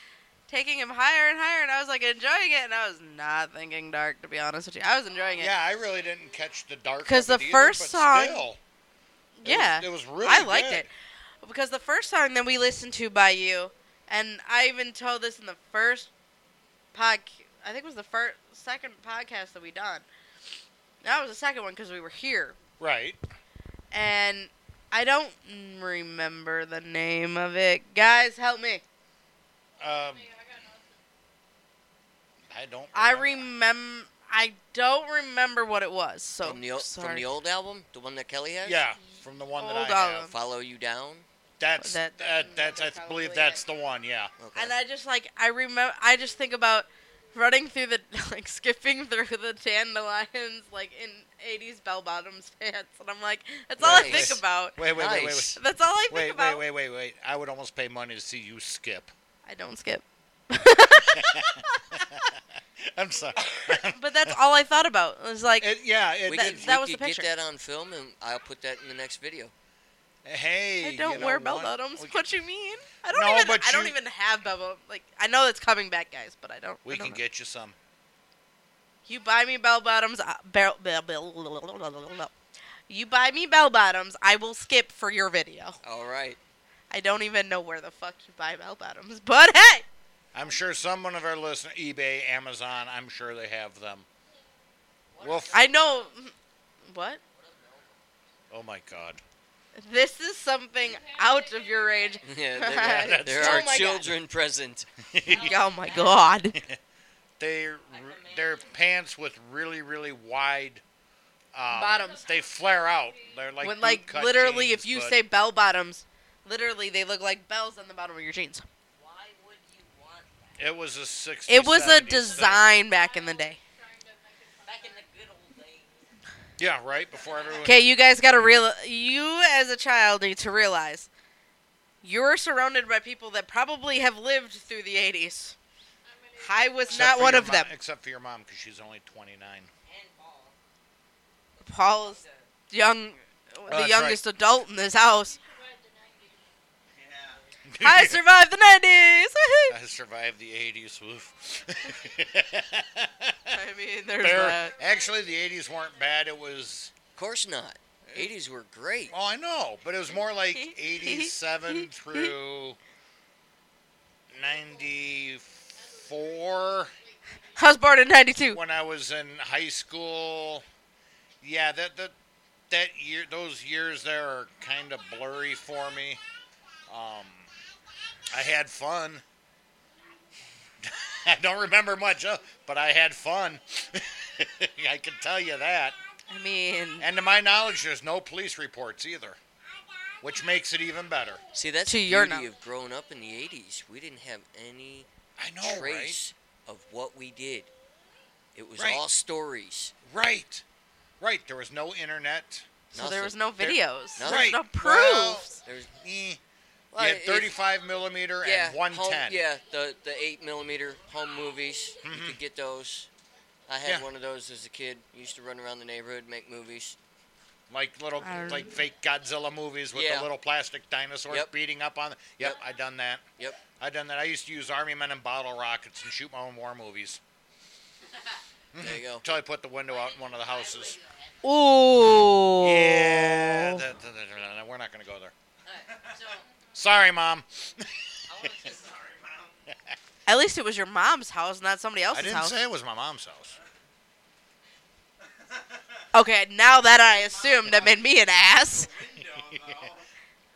Speaker 4: taking him higher and higher, and I was like enjoying it, and I was not thinking dark to be honest with you. I was enjoying it.
Speaker 3: Yeah, I really didn't catch the dark.
Speaker 4: 'Cause
Speaker 3: of
Speaker 4: the
Speaker 3: it either,
Speaker 4: first
Speaker 3: but
Speaker 4: song-
Speaker 3: Still, it
Speaker 4: Yeah.
Speaker 3: was, it was really.
Speaker 4: I liked
Speaker 3: good.
Speaker 4: it because the first song that we listened to by you, and I even told this in the first pod. I think it was the first second podcast that we done. That was the second one because we were here,
Speaker 3: Right.
Speaker 4: and I don't remember the name of it. Guys, help me.
Speaker 3: Um, I don't.
Speaker 4: I
Speaker 3: remember.
Speaker 4: remember. I don't remember what it was. So
Speaker 7: from the old, from
Speaker 4: sorry.
Speaker 7: the old album, the one that Kelly has.
Speaker 3: Yeah, from the one that
Speaker 4: Hold
Speaker 3: I
Speaker 4: on.
Speaker 3: have.
Speaker 7: Follow you down.
Speaker 3: That's that,
Speaker 4: That-
Speaker 3: that's I
Speaker 4: that's
Speaker 3: believe
Speaker 4: probably
Speaker 3: that's the one. Yeah.
Speaker 7: Okay.
Speaker 4: And I just like I remember I just think about running through the [LAUGHS] like skipping through the dandelions like in 80s bell bottoms pants and I'm like that's all I
Speaker 7: Nice.
Speaker 4: think about.
Speaker 3: Wait, wait, wait,
Speaker 7: Nice.
Speaker 3: wait,
Speaker 4: That's all I [LAUGHS] think
Speaker 3: wait, wait,
Speaker 4: about.
Speaker 3: wait, wait, wait, wait. I would almost pay money to see you skip.
Speaker 4: [LAUGHS]
Speaker 3: [LAUGHS]
Speaker 4: I don't skip.
Speaker 3: I'm sorry. [LAUGHS]
Speaker 4: But that's all I thought about. It was like
Speaker 3: It, yeah. It,
Speaker 7: we
Speaker 4: that-
Speaker 7: could,
Speaker 4: that
Speaker 7: we
Speaker 4: was the
Speaker 7: could
Speaker 4: picture.
Speaker 7: get that on film, and I'll put that in the next video.
Speaker 3: hey.
Speaker 4: I don't
Speaker 3: you know,
Speaker 4: wear bell
Speaker 3: one-
Speaker 4: bottoms.
Speaker 3: we-
Speaker 4: What you mean? I don't
Speaker 3: No,
Speaker 4: even
Speaker 3: but
Speaker 4: I don't
Speaker 3: you-
Speaker 4: even have bell bottoms. Like I know that's coming back guys, but I don't
Speaker 3: We
Speaker 4: I don't
Speaker 3: can
Speaker 4: know.
Speaker 3: get you some.
Speaker 4: You buy me bell bottoms. I- bell- bell- bell- You buy me bell bottoms. I will skip for your video.
Speaker 7: All right.
Speaker 4: I don't even know where the fuck you buy bell bottoms, [LAUGHS] but hey,
Speaker 3: I'm sure someone of our listeners, eBay, Amazon. I'm sure they have them. Well, f-
Speaker 4: I know. mm, What?
Speaker 3: oh my God.
Speaker 4: This is something out of your range. [LAUGHS]
Speaker 7: [LAUGHS] Yeah, there-
Speaker 3: That's-
Speaker 7: there
Speaker 3: Oh
Speaker 7: are
Speaker 4: my God.
Speaker 7: children present.
Speaker 4: Oh my god.
Speaker 3: [LAUGHS] They r- their pants with really really wide um,
Speaker 4: Bottoms.
Speaker 3: They flare out. They're [LAUGHS] like
Speaker 4: when like
Speaker 3: bootcut
Speaker 4: literally,
Speaker 3: jeans,
Speaker 4: if you
Speaker 3: but-
Speaker 4: say bell bottoms, literally they look like bells on the bottom of your jeans.
Speaker 5: Why would you want that?
Speaker 3: it was a six.
Speaker 4: It was a design back in the day.
Speaker 5: Back in the good old days.
Speaker 3: Yeah, right before everyone.
Speaker 4: Okay, you guys gotta real. You as a child need to realize you're surrounded by people that probably have lived through the '80s. I was
Speaker 3: Except
Speaker 4: not
Speaker 3: for
Speaker 4: one
Speaker 3: your
Speaker 4: of
Speaker 3: mo-
Speaker 4: them.
Speaker 3: Except for your mom, because she's only 29.
Speaker 5: And Paul.
Speaker 4: Paul's young, the
Speaker 3: Oh, that's
Speaker 4: youngest adult in
Speaker 3: [LAUGHS]
Speaker 4: this house.
Speaker 6: Yeah.
Speaker 4: I survived the '90s.
Speaker 3: [LAUGHS] I
Speaker 4: Woohoo!
Speaker 3: survived the 80s. Woof. [LAUGHS]
Speaker 4: I mean, there's
Speaker 3: There-
Speaker 4: that.
Speaker 3: actually, the 80s weren't bad. It was.
Speaker 7: Of course not. 80s were great.
Speaker 3: Oh, I know, but it was more
Speaker 4: [LAUGHS]
Speaker 3: like 87 through 94
Speaker 4: I was born in '92.
Speaker 3: when I was in high school. Yeah, that that that year, those years there are kind of blurry for me. Um, I had fun. [LAUGHS] I don't remember much, of, but I had fun. [LAUGHS] I can tell you that.
Speaker 4: I mean,
Speaker 3: And to my knowledge, there's no police reports either, which makes it even better.
Speaker 7: See, that's
Speaker 4: To
Speaker 7: the
Speaker 4: your
Speaker 7: beauty
Speaker 4: knowledge.
Speaker 7: of growing up in the 80s. We didn't have any
Speaker 3: I know,
Speaker 7: trace of what we did. It was
Speaker 3: Right.
Speaker 7: all stories.
Speaker 3: right? Right, right. There was no internet.
Speaker 4: so there was
Speaker 7: nothing.
Speaker 4: no
Speaker 7: There-
Speaker 4: videos. There,
Speaker 3: right.
Speaker 4: was no proof.
Speaker 3: Well,
Speaker 7: There's
Speaker 3: Eh.
Speaker 7: Well,
Speaker 3: you had
Speaker 7: it-
Speaker 3: 35 millimeter
Speaker 7: yeah,
Speaker 3: and 110.
Speaker 7: Home, yeah, the the eight millimeter home movies. You could get those. I had
Speaker 3: Mm-hmm. Yeah.
Speaker 7: one of those as a kid. Used to run around the neighborhood, make movies.
Speaker 3: like little
Speaker 4: I don't-
Speaker 3: like fake Godzilla movies with
Speaker 7: Yeah.
Speaker 3: the little plastic dinosaurs
Speaker 7: Yep.
Speaker 3: beating up on. The, yep,
Speaker 7: Yep.
Speaker 3: I done that.
Speaker 7: Yep.
Speaker 3: I done that. I used to use army men and bottle rockets and shoot my own war movies Mm-hmm.
Speaker 7: There you go.
Speaker 3: until I put the window out in one of the houses.
Speaker 4: Ooh.
Speaker 3: Yeah, that- that- that- that- that- we're not gonna go there.
Speaker 5: Alright, so I
Speaker 3: Sorry, mom.
Speaker 5: want to
Speaker 6: Sorry, Mom.
Speaker 4: At least it was your mom's house, not somebody else's
Speaker 3: I didn't
Speaker 4: house.
Speaker 3: say it was my mom's house.
Speaker 4: Okay, now that I assume that made me an ass.
Speaker 6: Window, though.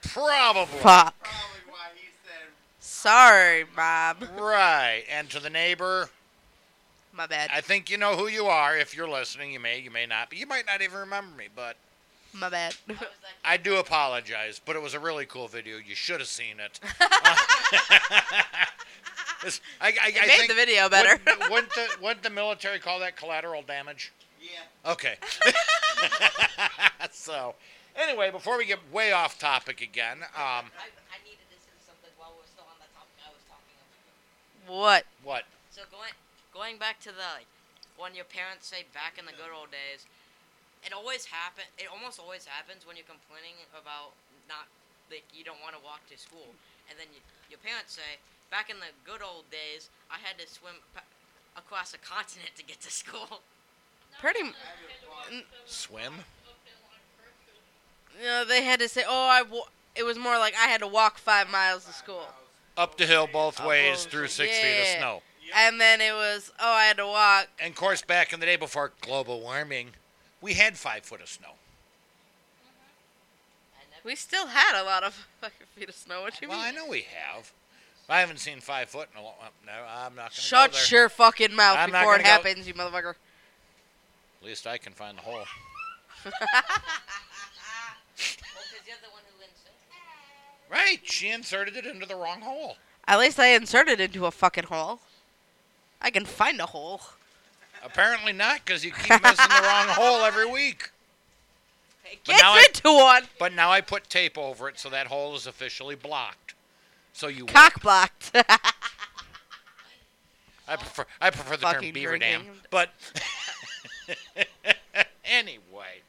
Speaker 3: Probably.
Speaker 4: Fuck.
Speaker 6: Probably why he said
Speaker 4: Sorry, Bob.
Speaker 3: Right, and to the neighbor,
Speaker 4: My bad.
Speaker 3: I think you know who you are. If you're listening, you may, you may not, but you might not even remember me. But
Speaker 4: My bad. [LAUGHS]
Speaker 5: I was like,
Speaker 3: I do apologize, but it was a really cool video. You should have seen
Speaker 4: [LAUGHS]
Speaker 3: it. [LAUGHS] It's- I, I,
Speaker 4: It
Speaker 3: I
Speaker 4: made
Speaker 3: think-
Speaker 4: the video better. [LAUGHS]
Speaker 3: Wouldn't, wouldn't the, wouldn't the military call that collateral damage?
Speaker 6: Yeah.
Speaker 3: Okay. [LAUGHS] so, anyway, before we get way off topic again, um,
Speaker 5: I, I needed to say something while we're still on that topic I was talking about.
Speaker 4: what?
Speaker 3: what?
Speaker 5: So going going back to the like, when your parents say back in the good old days, it always happen. It almost always happens when you're complaining about not like you don't want to walk to school, and then you, your parents say back in the good old days I had to swim pa- across a continent to get to school. [LAUGHS]
Speaker 4: Pretty. m-
Speaker 3: Swim?
Speaker 4: You know, they had to say, "Oh, I." Wa-. It was more like I had to walk five miles to school,
Speaker 3: Up the hill both ways
Speaker 4: Oh,
Speaker 3: through six feet of
Speaker 4: yeah.
Speaker 3: snow.
Speaker 4: and then it was, "Oh, I had to walk."
Speaker 3: And of course, back in the day before global warming, we had five foot of snow.
Speaker 4: We still had a lot of [LAUGHS] fucking feet of snow. What do you
Speaker 3: Well,
Speaker 4: mean?
Speaker 3: I know we have. I haven't seen five foot in a long. No, I'm not going to
Speaker 4: Shut
Speaker 3: go there.
Speaker 4: your fucking mouth
Speaker 3: I'm not
Speaker 4: before it
Speaker 3: gonna go-
Speaker 4: happens, you motherfucker. [LAUGHS]
Speaker 3: At least I can find the hole.
Speaker 5: Because you're the one who lives it.
Speaker 3: Right, she inserted it into the wrong hole.
Speaker 4: At least I inserted into a fucking hole. I can find a hole.
Speaker 3: Apparently not, because you keep missing the
Speaker 4: [LAUGHS]
Speaker 3: wrong hole every week.
Speaker 4: It
Speaker 3: But now I-
Speaker 4: gets into [LAUGHS] one.
Speaker 3: But now I put tape over it, so that hole is officially blocked. So you.
Speaker 4: Cock blocked.
Speaker 3: I prefer. I prefer the term
Speaker 4: Fucking
Speaker 3: beaver dam.
Speaker 4: drinking.
Speaker 3: But anyway,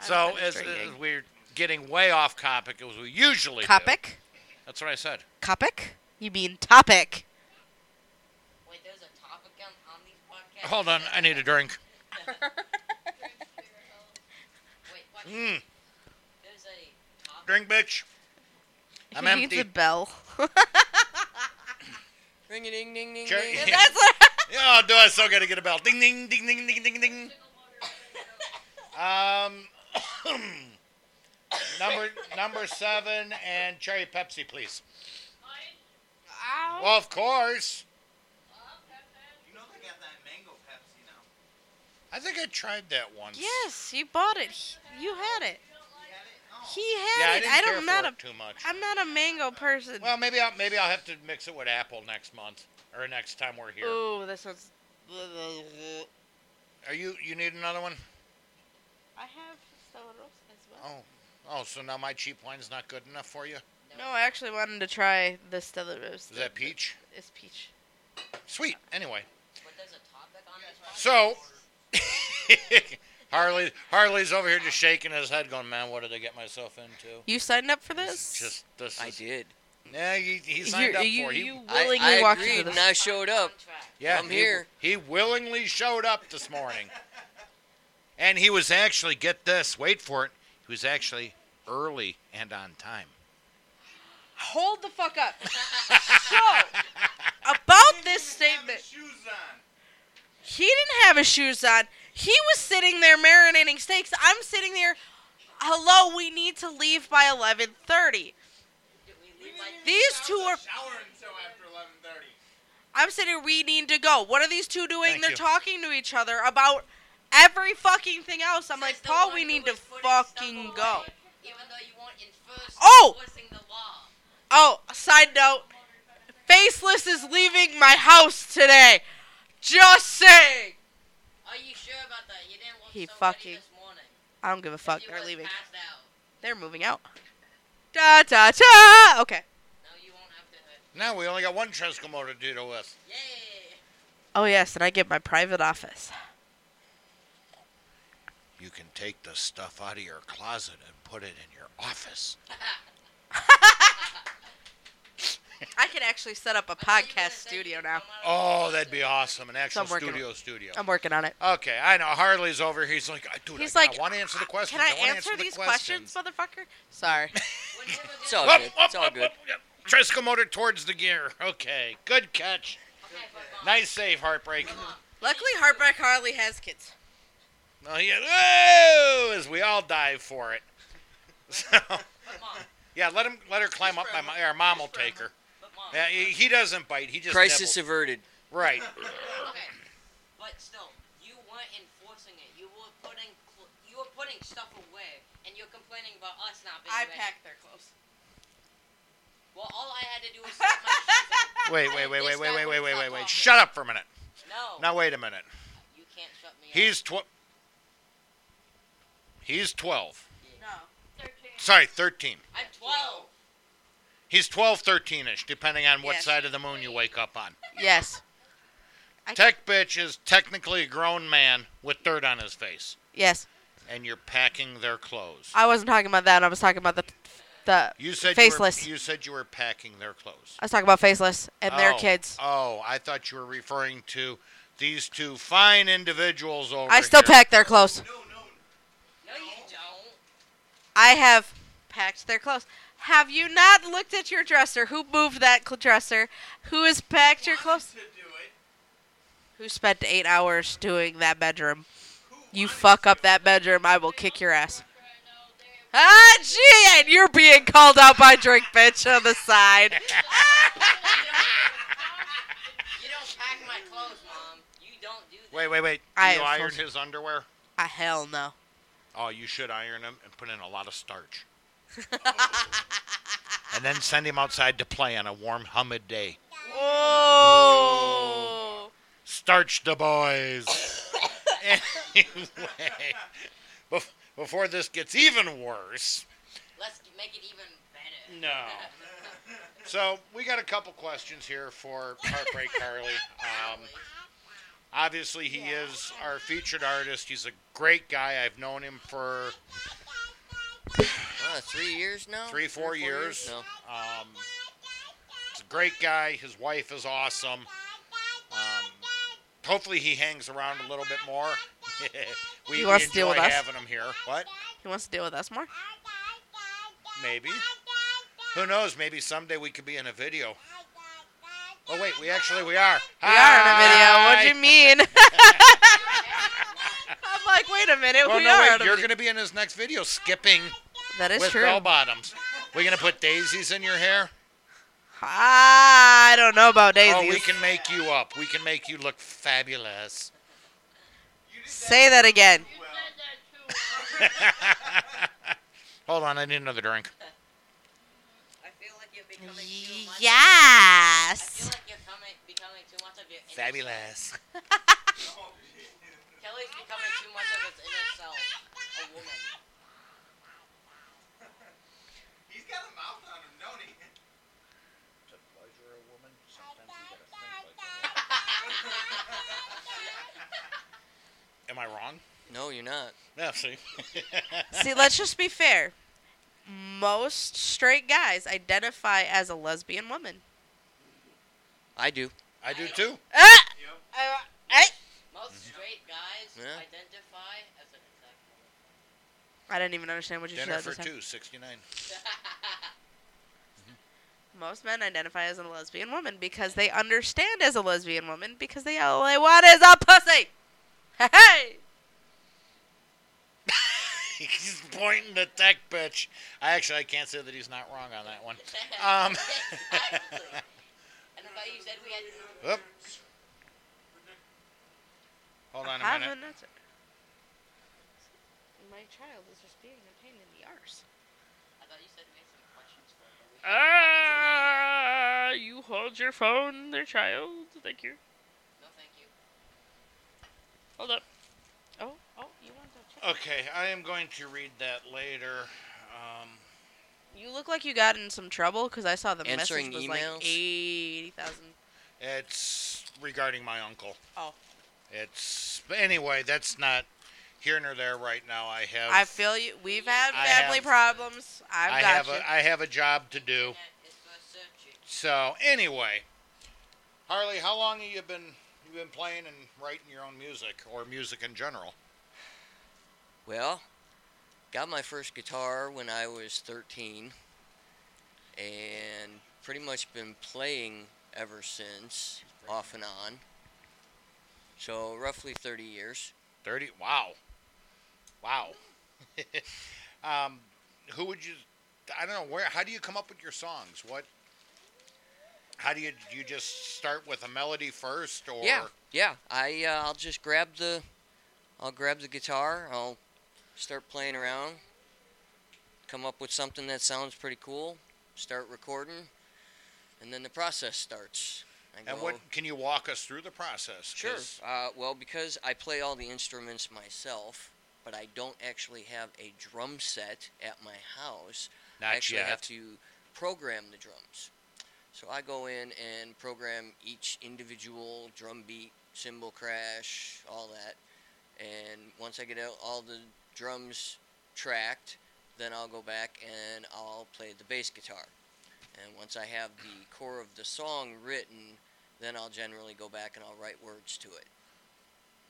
Speaker 3: so
Speaker 4: I'm
Speaker 3: as,
Speaker 4: drinking.
Speaker 3: as we're getting way off topic as we usually do.
Speaker 4: Copic?
Speaker 3: That's what I said.
Speaker 4: Copic? You mean topic.
Speaker 5: Wait, there's a topic on, on these podcasts.
Speaker 3: Hold on, I need a drink.
Speaker 5: Wait, watch.
Speaker 3: Mm,
Speaker 5: There's a topic.
Speaker 3: drink, bitch. I'm
Speaker 4: he needs
Speaker 3: empty. [LAUGHS]
Speaker 4: a bell. [LAUGHS]
Speaker 7: Ring a ding ding ding
Speaker 3: Sure.
Speaker 7: ding.
Speaker 4: That's what-
Speaker 3: [LAUGHS] Oh, do I still gotta get a bell? Ding, ding, ding, ding, ding, ding, ding. Um, [CLEARS THROAT] number number seven and cherry Pepsi, please. Well, of course.
Speaker 6: You know they got that mango Pepsi now.
Speaker 3: I think I tried that once.
Speaker 4: yes, you bought it. He- You had it.
Speaker 6: You had it? Oh.
Speaker 4: He
Speaker 3: Yeah, I
Speaker 4: had it.
Speaker 3: didn't
Speaker 4: I
Speaker 3: care
Speaker 4: don't not
Speaker 3: for
Speaker 4: a
Speaker 3: it too much.
Speaker 4: I'm not a mango person.
Speaker 3: Well, maybe I'll maybe I'll have to mix it with apple next month or next time we're here.
Speaker 4: Ooh, that sounds
Speaker 3: Are you you need another one?
Speaker 4: I have someone else as well.
Speaker 3: Oh, oh, so now my cheap wine's not good enough for you?
Speaker 4: No, I actually wanted to try the Stella Rose.
Speaker 3: Oh. Is that peach?
Speaker 4: It's peach.
Speaker 3: Sweet. Anyway.
Speaker 5: But there's a topic on this podcast.
Speaker 3: So [LAUGHS] Harley Harley's over here just shaking his head, going, "Man, what did I get myself into?"
Speaker 4: You signed up for
Speaker 3: This
Speaker 4: this?
Speaker 3: is just this.
Speaker 7: I
Speaker 3: is-
Speaker 7: did.
Speaker 3: Yeah, he, he signed
Speaker 4: You're-
Speaker 3: up
Speaker 4: you,
Speaker 3: for it. He-
Speaker 4: you
Speaker 7: I-
Speaker 4: willingly
Speaker 7: I,
Speaker 4: walked
Speaker 7: agreed
Speaker 4: into
Speaker 7: and
Speaker 4: this.
Speaker 7: I showed up.
Speaker 5: Contract.
Speaker 3: yeah,
Speaker 7: I'm
Speaker 3: he-
Speaker 7: here.
Speaker 3: He willingly showed up this morning, and he was actually get this. Wait for it. He was actually early and on time.
Speaker 4: Hold the fuck up. so, about this
Speaker 6: Have
Speaker 4: statement,
Speaker 6: his shoes on.
Speaker 4: he didn't have his shoes on. He was sitting there marinating steaks. I'm sitting there. Hello, we need to leave by 11:30.
Speaker 5: Did we leave like
Speaker 4: These two are.
Speaker 6: Shower until after 11:30.
Speaker 4: I'm sitting. here, We need to go. What are these two doing?
Speaker 3: Thank
Speaker 4: They're
Speaker 3: you.
Speaker 4: talking to each other about every fucking thing else. I'm
Speaker 5: Says
Speaker 4: like,
Speaker 5: the
Speaker 4: Paul,
Speaker 5: one
Speaker 4: we
Speaker 5: who
Speaker 4: need to
Speaker 5: was putting stuff
Speaker 4: fucking
Speaker 5: away,
Speaker 4: go.
Speaker 5: Even though you won't enforce
Speaker 4: Oh!
Speaker 5: enforcing the law.
Speaker 4: Oh, side note. Faceless is leaving my house today. Just saying.
Speaker 5: Are you sure about that? You didn't look
Speaker 4: He
Speaker 5: so
Speaker 4: fucking-
Speaker 5: ready this morning. 'Cause
Speaker 4: I don't give a fuck.
Speaker 5: you
Speaker 4: They're
Speaker 5: was
Speaker 4: leaving.
Speaker 5: passed out.
Speaker 4: They're moving out. Da da da. Okay.
Speaker 5: No, you won't have to.
Speaker 3: Now we only got one Tresco to deal with.
Speaker 5: Yay!
Speaker 4: Oh yes, and I get my private office.
Speaker 3: You can take the stuff out of your closet and put it in your office.
Speaker 4: I can actually set up a
Speaker 5: I thought you were gonna
Speaker 4: podcast
Speaker 5: say you
Speaker 4: studio
Speaker 5: could
Speaker 4: now.
Speaker 5: come out of
Speaker 3: Oh, that'd be awesome. An actual
Speaker 4: I'm working on-
Speaker 3: studio studio.
Speaker 4: I'm working on it.
Speaker 3: Okay, I know. Harley's over. here. He's like, "I- dude,
Speaker 4: He's
Speaker 3: I,
Speaker 4: like,
Speaker 3: I want to answer the questions.
Speaker 4: Can I
Speaker 3: want to
Speaker 4: answer
Speaker 3: the
Speaker 4: these questions, motherfucker? Sorry.
Speaker 5: We're never gonna-
Speaker 7: [LAUGHS] It's all
Speaker 3: Up,
Speaker 7: good.
Speaker 3: up,
Speaker 7: It's all
Speaker 3: up,
Speaker 7: good.
Speaker 3: up, yep. Tresco motor towards the gear. Okay, good catch.
Speaker 5: Okay, but Bob,
Speaker 3: Nice save, Heartbreak.
Speaker 4: Luckily, Heartbreak Harley has kids.
Speaker 3: Oh, yeah. Whoa! As we all dive for it. [LAUGHS] So,
Speaker 5: but Mom,
Speaker 3: yeah, let him, let her climb up. My mo- our mom will take her.
Speaker 5: but Mom.
Speaker 3: Yeah, he, he doesn't bite. He just
Speaker 7: Crisis
Speaker 3: nibbles.
Speaker 7: averted.
Speaker 3: right.
Speaker 5: Okay, but still, you weren't enforcing it. You were putting cl- you were putting stuff away and you're complaining about us not being
Speaker 4: I
Speaker 5: ready.
Speaker 4: pack their [LAUGHS] clothes.
Speaker 5: Well, all I had to
Speaker 4: [LAUGHS]
Speaker 5: do was set my shoes up.
Speaker 3: Wait, wait,
Speaker 5: Hey,
Speaker 3: wait, wait,
Speaker 5: this
Speaker 3: wait,
Speaker 5: guy
Speaker 3: wait, wait,
Speaker 5: won't
Speaker 3: wait,
Speaker 5: stop
Speaker 3: wait, wait.
Speaker 5: talking.
Speaker 3: Shut up for a minute.
Speaker 5: No,
Speaker 3: Now wait a minute.
Speaker 5: you can't shut me up.
Speaker 3: He's tw- He's 12.
Speaker 4: No.
Speaker 3: Sorry, 13.
Speaker 5: I'm 12.
Speaker 3: He's 12, 13ish, depending on what
Speaker 4: Yes.
Speaker 3: side of the moon you wake up on.
Speaker 4: Yes. I-
Speaker 3: Tech bitch is technically a grown man with dirt on his face,
Speaker 4: Yes.
Speaker 3: and you're packing their clothes.
Speaker 4: I wasn't talking about that. I was talking about the the
Speaker 3: You said
Speaker 4: Faceless.
Speaker 3: You, were, you said you were packing their clothes.
Speaker 4: I was talking about faceless and their
Speaker 3: Oh,
Speaker 4: kids.
Speaker 3: Oh, I thought you were referring to these two fine individuals Oh, over
Speaker 4: I still
Speaker 3: here.
Speaker 4: pack their clothes.
Speaker 5: No, you don't.
Speaker 4: I have packed their clothes. Have you not looked at your dresser? Who moved that cl- dresser? Who has packed your clothes?
Speaker 6: To do it.
Speaker 4: Who spent eight hours doing that bedroom? You fuck up that bedroom, I will kick your ass. Ah, gee, and you're being called out by Drink Bitch on
Speaker 3: [LAUGHS]
Speaker 4: the side.
Speaker 5: You don't pack my clothes, Mom. You don't do that.
Speaker 3: Wait, wait, wait. Do
Speaker 4: I
Speaker 3: you
Speaker 4: am
Speaker 3: iron
Speaker 4: full-
Speaker 3: his underwear?
Speaker 4: Ah, hell no.
Speaker 3: Oh, you should iron him and put in a lot of starch. and then send him outside to play on a warm, humid day.
Speaker 4: Oh.
Speaker 3: Starch the boys. [COUGHS] anyway, bef- before this gets even worse.
Speaker 5: Let's make it even better.
Speaker 3: No. So we got a couple questions here for Heartbreak Harley. Um, obviously, he is our featured artist. He's a great guy. I've known him for
Speaker 7: Uh, three years now?
Speaker 3: Three, four
Speaker 7: or
Speaker 3: years.
Speaker 7: No.
Speaker 3: um, he's a great guy. His wife is awesome. Um, hopefully, he hangs around a little bit more. [LAUGHS] we
Speaker 4: He
Speaker 3: we
Speaker 4: wants to deal
Speaker 3: enjoy
Speaker 4: with us.
Speaker 3: having him here. What?
Speaker 4: He wants to deal with us more?
Speaker 3: Maybe. Who knows? Maybe someday we could be in a video. Oh wait, we actually we are.
Speaker 4: We are in a video. What do you mean? I'm like, wait a minute.
Speaker 3: [LAUGHS] Well,
Speaker 4: we
Speaker 3: no,
Speaker 4: are.
Speaker 3: wait,
Speaker 4: in a
Speaker 3: you're
Speaker 4: video.
Speaker 3: going to be in his next video skipping [LAUGHS]
Speaker 4: that is
Speaker 3: with
Speaker 4: true.
Speaker 3: bell bottoms. We're going to put daisies in your hair.
Speaker 4: Ah, I don't know about daisies.
Speaker 3: Oh, we can make you up. We can make you look fabulous. [LAUGHS]
Speaker 4: Say that again.
Speaker 3: Hold on, I need another drink.
Speaker 5: I feel like you're becoming too much. I feel
Speaker 4: Yes.
Speaker 5: like you're coming, becoming too much of your inner
Speaker 3: Fabulous.
Speaker 5: self. Kelly's becoming too much of his inner self. A woman.
Speaker 6: He's got a mouth on him, don't he?
Speaker 3: Am I wrong?
Speaker 7: No, you're not.
Speaker 3: Yeah, see.
Speaker 4: See, let's just be fair. Most straight guys identify as a lesbian woman.
Speaker 7: I do.
Speaker 3: [LAUGHS] I do too.
Speaker 4: Ah!
Speaker 6: Yep.
Speaker 4: Uh, I,
Speaker 5: Most
Speaker 3: Mm-hmm.
Speaker 5: straight guys
Speaker 7: Yeah.
Speaker 5: identify as an attack woman.
Speaker 4: I didn't even understand what you
Speaker 3: Dinner
Speaker 4: said.
Speaker 3: for
Speaker 4: this time.
Speaker 3: two, sixty-nine.
Speaker 4: Most men identify as a lesbian woman because they understand as a lesbian woman because they all they want is a pussy. Hey.
Speaker 3: [LAUGHS] he's pointing at that bitch. I actually I can't say that he's not wrong on that one. Um,
Speaker 5: [LAUGHS] Exactly. and I thought you said we had to
Speaker 3: Oop. Hold on a minute.
Speaker 4: My child is just being a pain in the arse.
Speaker 5: I thought you said we had some questions for him.
Speaker 9: Ah,
Speaker 5: but we-
Speaker 9: you hold your phone there, child. Thank you.
Speaker 5: No, thank you.
Speaker 9: Hold up.
Speaker 4: Oh, oh, you want to check?
Speaker 3: Okay, I am going to read that later. Um,
Speaker 4: You look like you got in some trouble because I saw the
Speaker 7: Answering
Speaker 4: message was
Speaker 7: emails?
Speaker 4: like eighty thousand.
Speaker 3: it's regarding my uncle.
Speaker 4: Oh.
Speaker 3: It's but anyway. That's not here nor there right now. I have.
Speaker 4: I feel you. We've had
Speaker 3: Oh. I
Speaker 4: family
Speaker 3: have-
Speaker 4: problems. I've
Speaker 3: I
Speaker 4: got
Speaker 3: have
Speaker 4: you.
Speaker 3: a I have a job to do.
Speaker 5: That is for searching.
Speaker 3: So anyway, Harley, how long have you been you been playing and writing your own music or music in general?
Speaker 7: Well, got my first guitar when I was 13 and pretty much been playing ever since, off and on. So, roughly 30 years.
Speaker 3: Thirty. Wow. Wow. [LAUGHS] um, who would you? I don't know where. How do you come up with your songs? What? How do you? Do you just start with a melody first, or
Speaker 7: Yeah, yeah. I uh, I'll just grab the I'll grab the guitar. I'll start playing around, come up with something that sounds pretty cool, start recording, and then the process starts. I
Speaker 3: And
Speaker 7: go-
Speaker 3: what can you walk us through the process?
Speaker 7: Sure.
Speaker 3: 'Cause-
Speaker 7: Uh, well, because I play all the instruments myself, but I don't actually have a drum set at my house. I
Speaker 3: Not
Speaker 7: actually have
Speaker 3: yet.
Speaker 7: to program the drums. So I go in and program each individual drum beat, cymbal crash, all that. And once I get out all the drums tracked, then I'll go back and I'll play the bass guitar. And once I have the core of the song written, then I'll generally go back and I'll write words to it.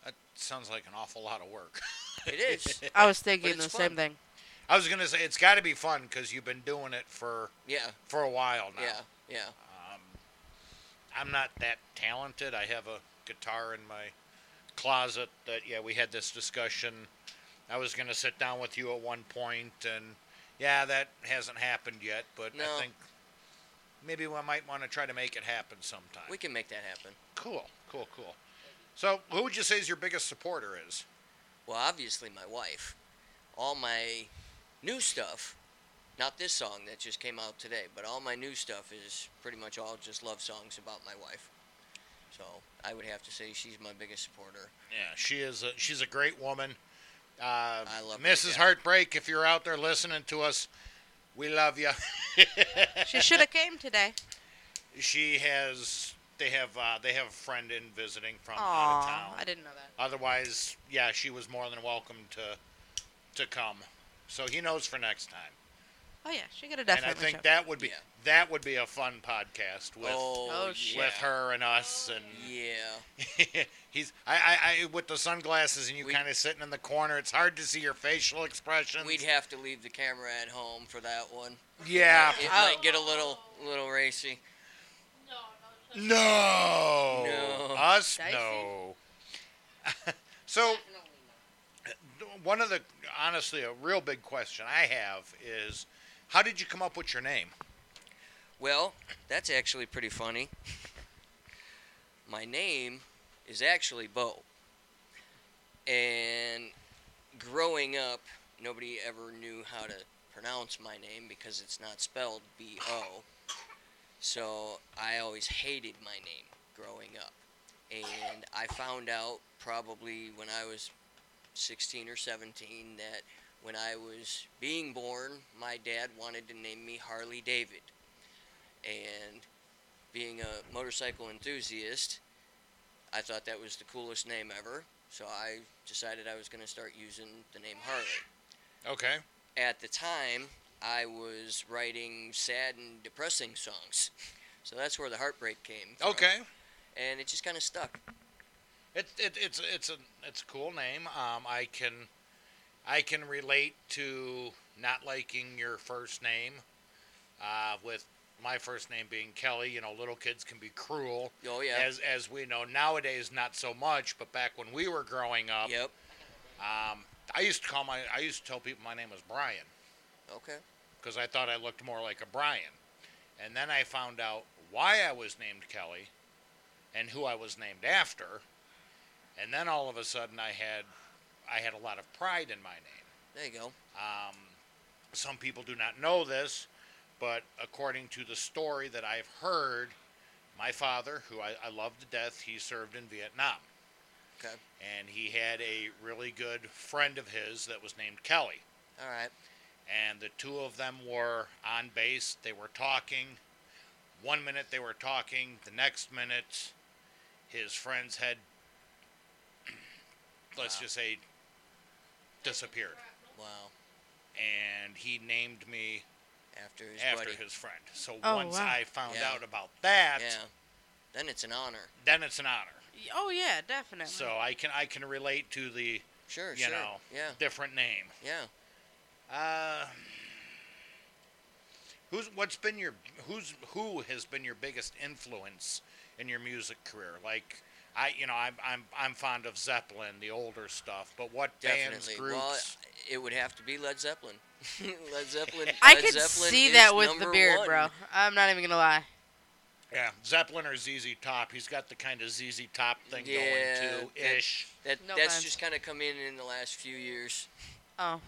Speaker 3: That sounds like an awful lot of work. [LAUGHS]
Speaker 7: It is.
Speaker 4: I was thinking
Speaker 7: it's
Speaker 4: the
Speaker 7: fun.
Speaker 4: same thing.
Speaker 3: I was gonna say it's got to be fun because you've been doing it for
Speaker 7: yeah,
Speaker 3: for a while now.
Speaker 7: yeah, yeah.
Speaker 3: Um, I'm not that talented. I have a guitar in my closet that, yeah, we had this discussion. I was going to sit down with you at one point, and yeah, that hasn't happened yet, but
Speaker 7: No.
Speaker 3: I think maybe we might want to try to make it happen sometime.
Speaker 7: We can make that happen.
Speaker 3: cool, cool, cool. So, who would you say is your biggest supporter is?
Speaker 7: Well, obviously, my wife. All my new stuff, not this song that just came out today, but all my new stuff is pretty much all just love songs about my wife. So I would have to say she's my biggest supporter.
Speaker 3: Yeah, she is. A, she's a great woman. Uh,
Speaker 7: I love her to
Speaker 3: Mrs.
Speaker 7: death.
Speaker 3: Heartbreak. If you're out there listening to us, we love [LAUGHS] you. [LAUGHS]
Speaker 4: She should have came today.
Speaker 3: She has. They have. Uh, they have a friend in visiting from out of
Speaker 4: Aw,
Speaker 3: town.
Speaker 4: I didn't know that.
Speaker 3: Otherwise, yeah, she was more than welcome to to come. So he knows for next time.
Speaker 4: Oh yeah, she could have definitely.
Speaker 3: and I think
Speaker 4: showed-
Speaker 3: that would be
Speaker 7: Yeah.
Speaker 3: that would be a fun podcast with
Speaker 7: oh,
Speaker 4: Oh,
Speaker 7: yeah. Oh,
Speaker 4: shit.
Speaker 3: with her and us and
Speaker 7: Yeah.
Speaker 3: [LAUGHS] he's I, I I with the sunglasses and you
Speaker 7: We-
Speaker 3: kind of sitting in the corner. It's hard to see your facial expressions.
Speaker 7: We'd have to leave the camera at home for that one.
Speaker 3: yeah.
Speaker 7: It might get a little little racy.
Speaker 3: No.
Speaker 7: No.
Speaker 3: Us
Speaker 5: Dicey?
Speaker 3: no. [LAUGHS] so one of the honestly a real big question I have is how did you come up with your name?
Speaker 7: Well, that's actually pretty funny. [LAUGHS] My name is actually Bo. And growing up, nobody ever knew how to pronounce my name because it's not spelled B O. So I always hated my name growing up. And I found out probably when I was 16 or 17 that when I was being born, my dad wanted to name me Harley David and being a motorcycle enthusiast, I thought that was the coolest name ever. So I decided I was going to start using the name Harley.
Speaker 3: Okay.
Speaker 7: At the time, I was writing sad and depressing songs. So that's where the heartbreak came. From.
Speaker 3: Okay.
Speaker 7: And it just kind of stuck.
Speaker 3: It, it, it's it's a it's a cool name. Um, I can I can relate to not liking your first name. Uh, with my first name being Kelly, you know, little kids can be cruel,
Speaker 7: Oh, yeah.
Speaker 3: as as we know nowadays. Not so much, but back when we were growing up,
Speaker 7: yep.
Speaker 3: um, I used to call my I used to tell people my name was Brian
Speaker 7: Okay.
Speaker 3: because I thought I looked more like a Brian, and then I found out why I was named Kelly, and who I was named after, and then all of a sudden I had I had a lot of pride in my name.
Speaker 7: There you go.
Speaker 3: Um, some people do not know this, but according to the story that I've heard, my father, who I, I love to death, he served in Vietnam.
Speaker 7: Okay.
Speaker 3: And he had a really good friend of his that was named Kelly.
Speaker 7: All right.
Speaker 3: And the two of them were on base. They were talking. One minute they were talking, the next minute his friend's had, [CLEARS THROAT] let's just say, disappeared.
Speaker 7: Wow.
Speaker 3: And he named me
Speaker 7: After his
Speaker 3: after
Speaker 7: buddy.
Speaker 3: his friend. So
Speaker 4: Oh,
Speaker 3: once
Speaker 4: wow.
Speaker 3: I found
Speaker 7: Yeah.
Speaker 3: out about that,
Speaker 7: yeah. Then it's an honor.
Speaker 3: then it's an honor.
Speaker 4: Y- Oh yeah, definitely.
Speaker 3: So I can I can relate to the
Speaker 7: Sure.
Speaker 3: you
Speaker 7: sure.
Speaker 3: know
Speaker 7: Yeah.
Speaker 3: different name.
Speaker 7: Yeah.
Speaker 3: Uh, who's what's been your who's who has been your biggest influence in your music career? Like I you know I'm I'm I'm fond of Zeppelin, the older stuff, but what bands
Speaker 7: Definitely.
Speaker 3: groups?
Speaker 7: Well, it would have to be Led Zeppelin. [LAUGHS] Led Zeppelin.
Speaker 4: [LAUGHS] I
Speaker 7: Led
Speaker 4: could
Speaker 7: Zeppelin
Speaker 4: see
Speaker 7: is
Speaker 4: that with the
Speaker 7: number
Speaker 4: beard,
Speaker 7: one.
Speaker 4: bro. I'm not even gonna lie.
Speaker 3: yeah, Zeppelin or ZZ Top. He's got the kind of ZZ Top thing
Speaker 7: Yeah,
Speaker 3: going too ish.
Speaker 7: That
Speaker 4: No
Speaker 7: that's
Speaker 4: offense.
Speaker 7: just kind of come in in the last few years.
Speaker 4: Oh.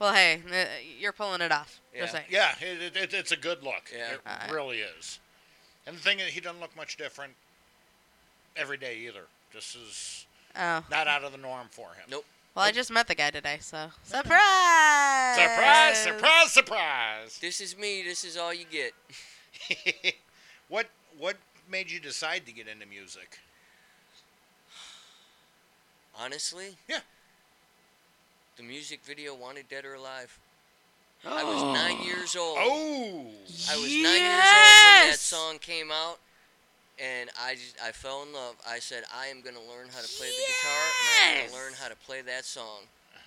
Speaker 4: Well, hey, uh, you're pulling it off. Just
Speaker 7: Yeah.
Speaker 4: saying.
Speaker 3: Yeah, it, it, it, it's a good look.
Speaker 7: Yeah.
Speaker 3: It
Speaker 4: Uh,
Speaker 3: really is. And the thing is, he doesn't look much different every day either. This is
Speaker 4: Oh.
Speaker 3: not out of the norm for him.
Speaker 7: Nope.
Speaker 4: Well, I just met the guy today, so surprise!
Speaker 3: Surprise, surprise, surprise. [LAUGHS]
Speaker 7: This is me. This is all you get.
Speaker 3: what what made you decide to get into music?
Speaker 7: Honestly.
Speaker 3: Yeah.
Speaker 7: The music video "Wanted Dead or Alive." I was
Speaker 4: [GASPS]
Speaker 7: nine years old.
Speaker 3: Oh.
Speaker 7: I was nine years old when that
Speaker 4: Yes!
Speaker 7: song came out, and I just I fell in love. I said I am gonna learn how to play the guitar, and I'm
Speaker 4: Yes!
Speaker 7: gonna learn how to play that song.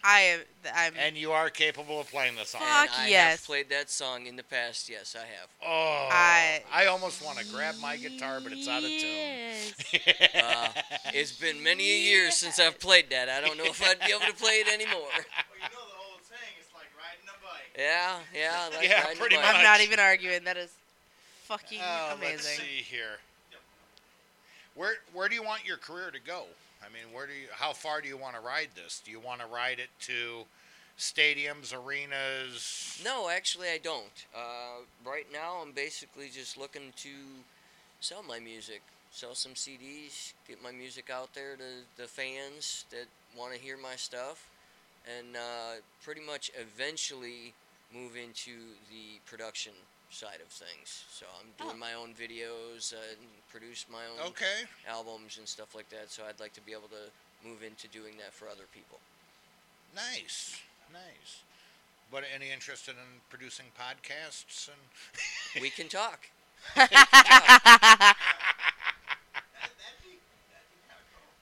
Speaker 4: I am. I'm.
Speaker 3: And you are capable of playing the song.
Speaker 4: Fuck.
Speaker 7: and I
Speaker 4: yes.
Speaker 7: have played that song in the past. Yes, I have.
Speaker 3: Oh. I,
Speaker 4: I-
Speaker 3: almost want to grab my guitar, but it's out of tune. [LAUGHS]
Speaker 7: Uh, it's been many a year
Speaker 4: [LAUGHS]
Speaker 7: since I've played that. I don't know if I'd be able to play it anymore.
Speaker 6: Well, you know the old saying, it's like riding a bike.
Speaker 7: Yeah, yeah, I like
Speaker 3: Yeah,
Speaker 7: riding a
Speaker 3: pretty
Speaker 7: bike.
Speaker 4: I'm
Speaker 3: much.
Speaker 4: not even arguing. That is fucking
Speaker 3: Oh, Let's
Speaker 4: amazing.
Speaker 3: see here. Where where do you want your career to go? I mean, where do you? How far do you want to ride this? Do you want to ride it to stadiums, arenas?
Speaker 7: No, actually, I don't. Uh, right now, I'm basically just looking to sell my music, sell some CDs, get my music out there to the fans that want to hear my stuff, and uh, pretty much eventually move into the production side of things. So I'm doing my own videos uh, and produce my own
Speaker 3: Oh. Okay.
Speaker 7: albums and stuff like that. So I'd like to be able to move into doing that for other people.
Speaker 3: Nice. Nice. But any interest in producing podcasts and?
Speaker 7: We can talk.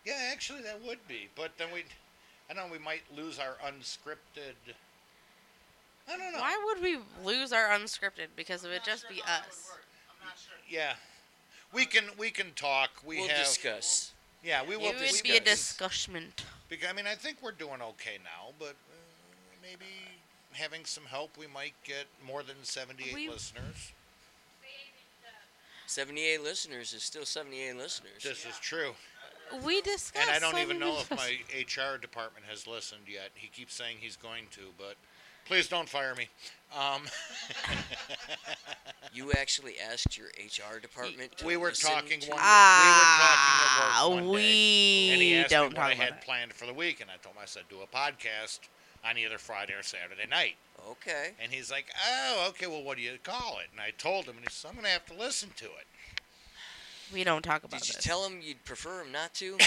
Speaker 3: Yeah, actually, that would be. But then we, I don't know, we might lose our unscripted. I don't know.
Speaker 4: Why would we lose our unscripted? Because it would just be us.
Speaker 6: I'm not sure.
Speaker 3: Yeah, we can we can talk. We
Speaker 7: we'll
Speaker 3: have
Speaker 7: discuss.
Speaker 3: yeah. We will
Speaker 4: it would be a discussion.
Speaker 3: Because, I mean, I think we're doing okay now, but uh, maybe having some help, we might get more than seventy-eight
Speaker 4: We-
Speaker 3: listeners.
Speaker 7: 78 listeners is still 78 listeners.
Speaker 3: This is true,
Speaker 4: We discussed.
Speaker 3: and I don't even know if my HR department has listened yet. He keeps saying he's going to, but please don't fire me. Um,
Speaker 7: you actually asked your HR department. To
Speaker 3: we were
Speaker 7: listen
Speaker 3: talking
Speaker 7: to-
Speaker 3: one.
Speaker 4: Ah,
Speaker 3: we were talking at work one day. And he
Speaker 4: we
Speaker 3: asked
Speaker 4: don't
Speaker 3: me what
Speaker 4: talk
Speaker 3: I
Speaker 4: about
Speaker 3: had
Speaker 4: that.
Speaker 3: planned for the week, and I told him I said do a podcast on either Friday or Saturday night.
Speaker 7: Okay.
Speaker 3: And he's like, "Oh, okay. Well, what do you call it?" And I told him, and he says, "I'm going to have to listen to it."
Speaker 4: We don't talk about
Speaker 7: Did you
Speaker 4: this.
Speaker 7: tell him you'd prefer him not to?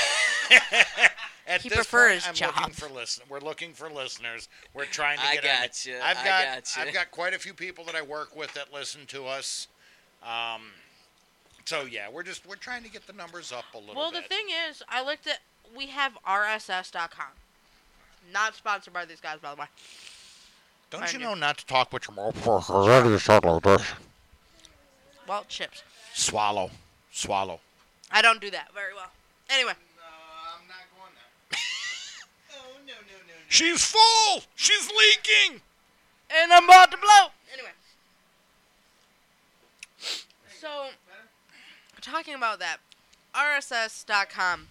Speaker 3: At
Speaker 4: He
Speaker 3: this
Speaker 4: prefers
Speaker 3: point, I'm looking
Speaker 4: job.
Speaker 3: for listen. We're looking for listeners. We're trying to
Speaker 7: I
Speaker 3: get. on it.
Speaker 7: gotcha,
Speaker 3: I've
Speaker 7: I
Speaker 3: got.
Speaker 7: gotcha.
Speaker 3: I've got quite a few people that I work with that listen to us. Um, so yeah, we're just we're trying to get the numbers up a little
Speaker 4: Well,
Speaker 3: bit.
Speaker 4: the thing is, I looked at. We have RSS.com. Not sponsored by these guys, by the way.
Speaker 3: Don't you
Speaker 4: I
Speaker 3: know
Speaker 4: knew-
Speaker 3: not to talk with your mouth full? Already you sound like this.
Speaker 4: Well, chips.
Speaker 3: Swallow, swallow.
Speaker 4: I don't do that very well. Anyway,
Speaker 6: No, I'm not going there.
Speaker 3: [LAUGHS]
Speaker 6: oh, no, no, no, no.
Speaker 3: She's full. She's leaking.
Speaker 4: and I'm about to blow. Anyway, so talking about that, RSS.com.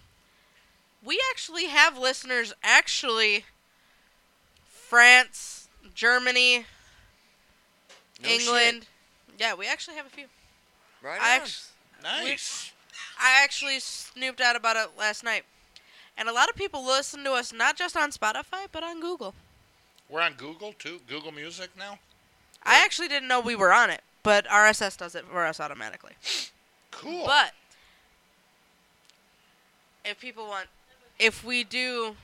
Speaker 4: We actually have listeners. Actually, France, Germany,
Speaker 7: No shit.
Speaker 4: England. Yeah, we actually have a few.
Speaker 7: Right
Speaker 4: I
Speaker 7: on.
Speaker 4: actually.
Speaker 3: Nice.
Speaker 4: I actually snooped out about it last night. And a lot of people listen to us not just on Spotify, but on Google.
Speaker 3: We're on Google too. Google Music now.
Speaker 4: I actually didn't know we were on it, but RSS does it for us automatically.
Speaker 3: Cool.
Speaker 4: But if people want, if we do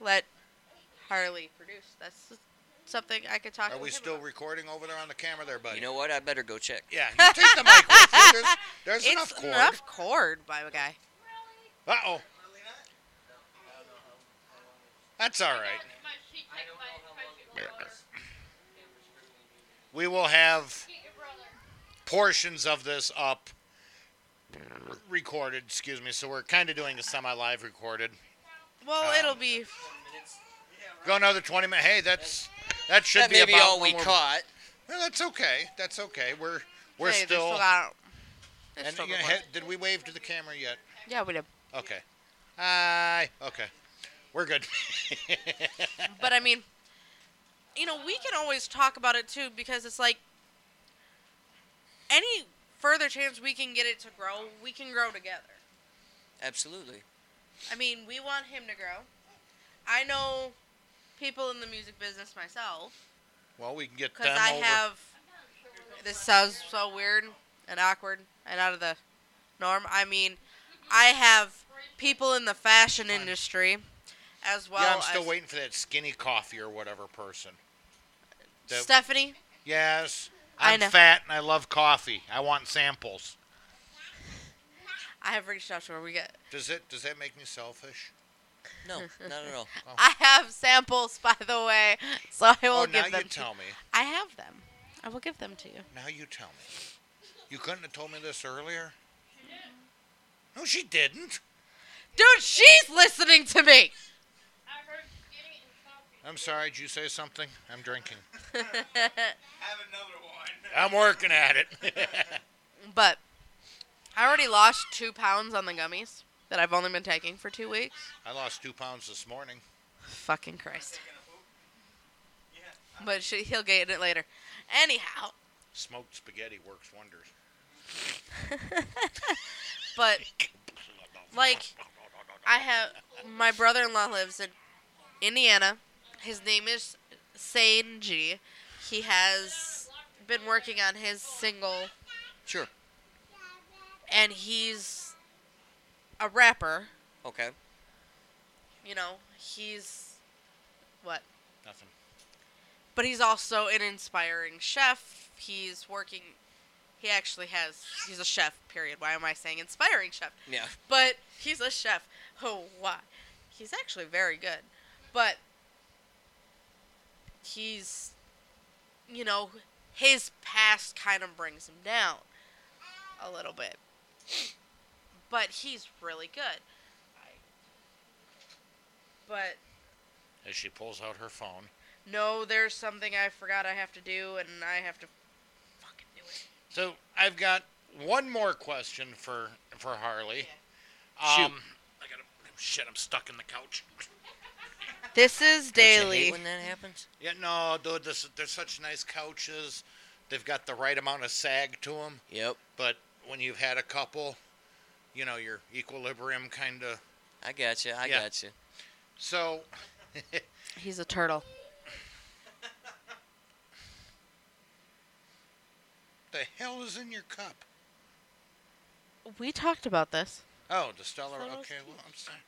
Speaker 4: let Harley produce, that's something I could talk
Speaker 3: Are
Speaker 4: with
Speaker 3: we
Speaker 4: him
Speaker 3: still
Speaker 4: about.
Speaker 3: recording over there on the camera there, buddy?
Speaker 7: you know what? I better go check.
Speaker 3: Yeah, you take the mic with you. There's, there's
Speaker 4: [LAUGHS] It's
Speaker 3: enough cord.
Speaker 4: enough cord by the guy.
Speaker 3: Uh oh. That's all right. We will have portions of this up recorded, excuse me. So we're kind of doing a semi live recorded.
Speaker 4: Well,
Speaker 3: Um,
Speaker 4: it'll be.
Speaker 3: Go another 20 minutes. Hey, that's that should
Speaker 7: that
Speaker 3: be
Speaker 7: may be
Speaker 3: about
Speaker 7: all
Speaker 3: when
Speaker 7: we
Speaker 3: we're- [LAUGHS]
Speaker 7: caught.
Speaker 3: Well, that's okay. That's okay. We're we're
Speaker 4: hey, they
Speaker 3: still.
Speaker 4: got- they
Speaker 3: and
Speaker 4: still
Speaker 3: you know,
Speaker 4: recording.
Speaker 3: he- did we wave to the camera yet?
Speaker 4: yeah, we did.
Speaker 3: Okay. [LAUGHS] Hi. Okay. We're good.
Speaker 4: But I mean, you know, we can always talk about it too because it's like any further chance we can get it to grow, we can grow together.
Speaker 7: Absolutely.
Speaker 4: I mean, we want him to grow. I know people in the music business myself
Speaker 3: Well, we can get
Speaker 4: because
Speaker 3: them
Speaker 4: I
Speaker 3: over.
Speaker 4: have. This sounds so weird and awkward and out of the norm. I mean, I have people in the fashion industry as well
Speaker 3: yeah, I'm still
Speaker 4: as
Speaker 3: waiting for that skinny coffee or whatever person. that-
Speaker 4: Stephanie.
Speaker 3: Yes,
Speaker 4: I
Speaker 3: I'm
Speaker 4: know.
Speaker 3: fat and I love coffee. I want samples.
Speaker 4: I have reached out to her. We get.
Speaker 3: Does it? Does that make me selfish?
Speaker 7: No, not at all.
Speaker 4: [LAUGHS] I have samples, [LAUGHS] by the way, so I will
Speaker 3: oh, now
Speaker 4: give them.
Speaker 3: you
Speaker 4: to
Speaker 3: tell me.
Speaker 4: I have them. I will give them to you.
Speaker 3: Now you tell me. You couldn't have told me this earlier. No, she didn't.
Speaker 4: Dude, she's listening to me.
Speaker 3: I'm sorry. Did you say something? I'm drinking.
Speaker 6: Have another one.
Speaker 3: I'm working at it.
Speaker 4: [LAUGHS]
Speaker 3: [LAUGHS]
Speaker 4: but I already lost two pounds on the gummies that I've only been taking for two weeks.
Speaker 3: I lost two pounds this morning.
Speaker 4: Fucking Christ.
Speaker 6: Taking a poop. Yeah.
Speaker 4: But she, he'll get it later. Anyhow, [LAUGHS]
Speaker 3: Smoked spaghetti works wonders.
Speaker 4: but like I have my brother-in-law lives in Indiana. His name is Sanji. He has been working on his single
Speaker 7: Sure.
Speaker 4: and he's a rapper,
Speaker 7: Okay.
Speaker 4: you know, he's what?
Speaker 3: Nothing.
Speaker 4: But he's also an inspiring chef. He's working he actually has he's a chef, period. Why am I saying inspiring chef?
Speaker 7: Yeah.
Speaker 4: But he's a chef. Oh, why? He's actually very good. But he's, you know, his past kind of brings him down a little bit. But he's really good. But
Speaker 3: As she pulls out her phone.
Speaker 4: no, there's something I forgot I have to do, and I have to fucking do it.
Speaker 3: So I've got one more question for for Harley.
Speaker 7: Yeah.
Speaker 3: Um, I gotta. Shit, I'm stuck in the couch.
Speaker 4: [LAUGHS] This is
Speaker 7: Don't you hate
Speaker 4: daily.
Speaker 7: when that happens.
Speaker 3: Yeah, no, dude. This, they're such nice couches. They've got the right amount of sag to them.
Speaker 7: Yep.
Speaker 3: But when you've had a couple, you know your equilibrium kind of.
Speaker 7: I got you. I
Speaker 3: Yeah.
Speaker 7: got you.
Speaker 3: So
Speaker 4: He's a turtle.
Speaker 3: the hell is in your cup?
Speaker 4: We talked about this.
Speaker 3: Oh, the stellar. Okay, well, I'm sorry.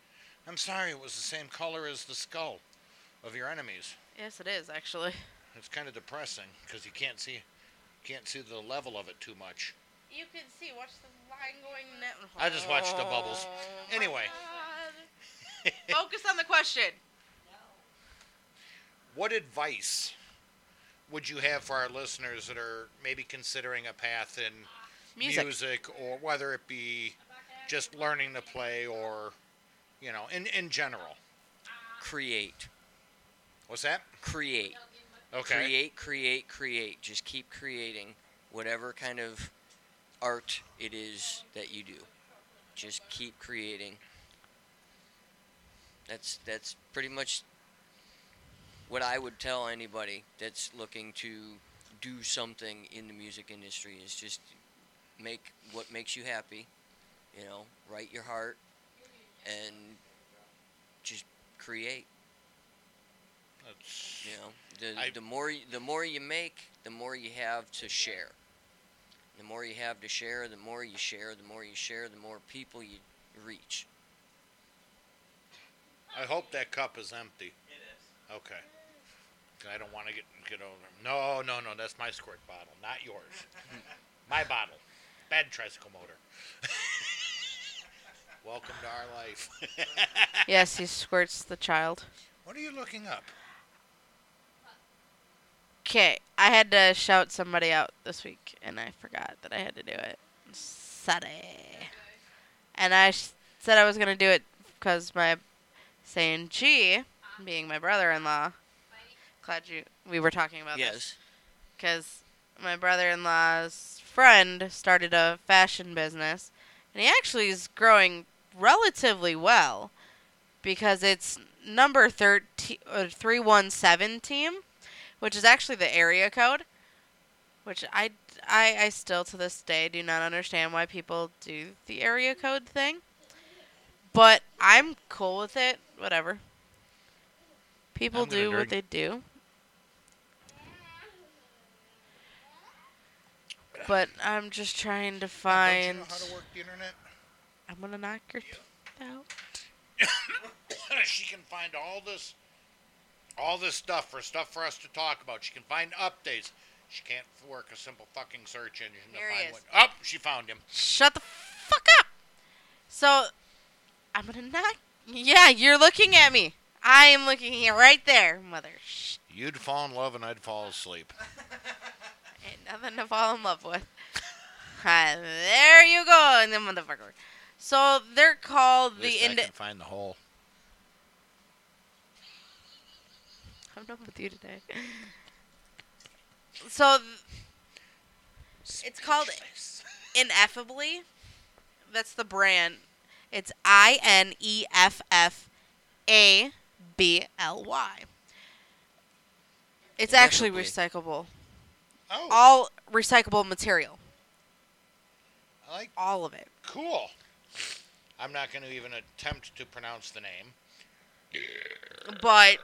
Speaker 3: I'm sorry. It was the same color as the skull of your enemies.
Speaker 4: Yes, it is actually.
Speaker 3: It's kind of depressing because you can't see, can't see the level of it too much.
Speaker 4: You can see. Watch the line going net.
Speaker 3: I just watched the bubbles.
Speaker 4: my
Speaker 3: Anyway.
Speaker 4: God. Focus on the question.
Speaker 3: What advice would you have for our listeners that are maybe considering a path in
Speaker 4: Music.
Speaker 3: or whether it be just learning to play or, you know, in, in general?
Speaker 7: Create.
Speaker 3: What's that?
Speaker 7: Create.
Speaker 3: Okay.
Speaker 7: Create, create, create. Just keep creating whatever kind of art it is that you do. Just keep creating. That's that's pretty much what I would tell anybody that's looking to do something in the music industry is just make what makes you happy, you know, write your heart and just create.
Speaker 3: That's-
Speaker 7: You know, the
Speaker 3: I-
Speaker 7: the more y- the more you make, the more you have to share. The more you have to share, the more you share, the more you share, the more people you reach.
Speaker 3: I hope that cup is empty.
Speaker 6: It is.
Speaker 3: Okay. 'Cause I don't want to get get over. No, no, no. That's my squirt bottle, not
Speaker 6: [LAUGHS]
Speaker 3: yours. my bottle. Bad tricycle motor. [LAUGHS] Welcome to our life. [LAUGHS]
Speaker 4: yes, he squirts the child.
Speaker 3: what are you looking up?
Speaker 4: Okay, I had to shout somebody out this week, and I forgot that I had to do it. Sorry. And I s- said I was gonna do it because my saying G, being my brother-in-law, glad you we were talking about this.
Speaker 7: yes.
Speaker 4: because my brother-in-law's friend started a fashion business and he actually is growing relatively well because it's number 13 uh, 317 team which is actually the area code, which I, I, I still to this day do not understand why people do the area code thing. But I'm cool with it. Whatever. People
Speaker 9: I'm gonna
Speaker 4: do what
Speaker 9: drink.
Speaker 4: they do. But I'm just trying to
Speaker 3: Don't you
Speaker 4: find.
Speaker 3: know how to work the internet?
Speaker 4: I'm gonna knock your teeth out.
Speaker 3: [COUGHS] she can find all this all this stuff for stuff for us to talk about. She can find updates. She can't work a simple fucking search engine to
Speaker 4: Here he
Speaker 3: find
Speaker 4: is.
Speaker 3: what. Oh, she found him.
Speaker 4: Shut the fuck up. So, I'm gonna knock. Yeah, you're looking at me. I am looking at you right there, mother. Shh.
Speaker 3: You'd fall in love and I'd fall asleep.
Speaker 4: Ain't nothing to fall in love with. [LAUGHS] Ah, there you go, and then motherfucker. So they're called
Speaker 3: At
Speaker 4: the
Speaker 3: least I
Speaker 4: Indi-
Speaker 3: can find the hole.
Speaker 4: I'm done with you today. [LAUGHS] So th- it's called Ineffably. That's the brand. It's I N E F F A B L Y. It's actually recyclable.
Speaker 3: Oh,
Speaker 4: All recyclable material.
Speaker 3: I like
Speaker 4: All of it.
Speaker 3: cool. I'm not going to even attempt to pronounce the name. [COUGHS]
Speaker 4: But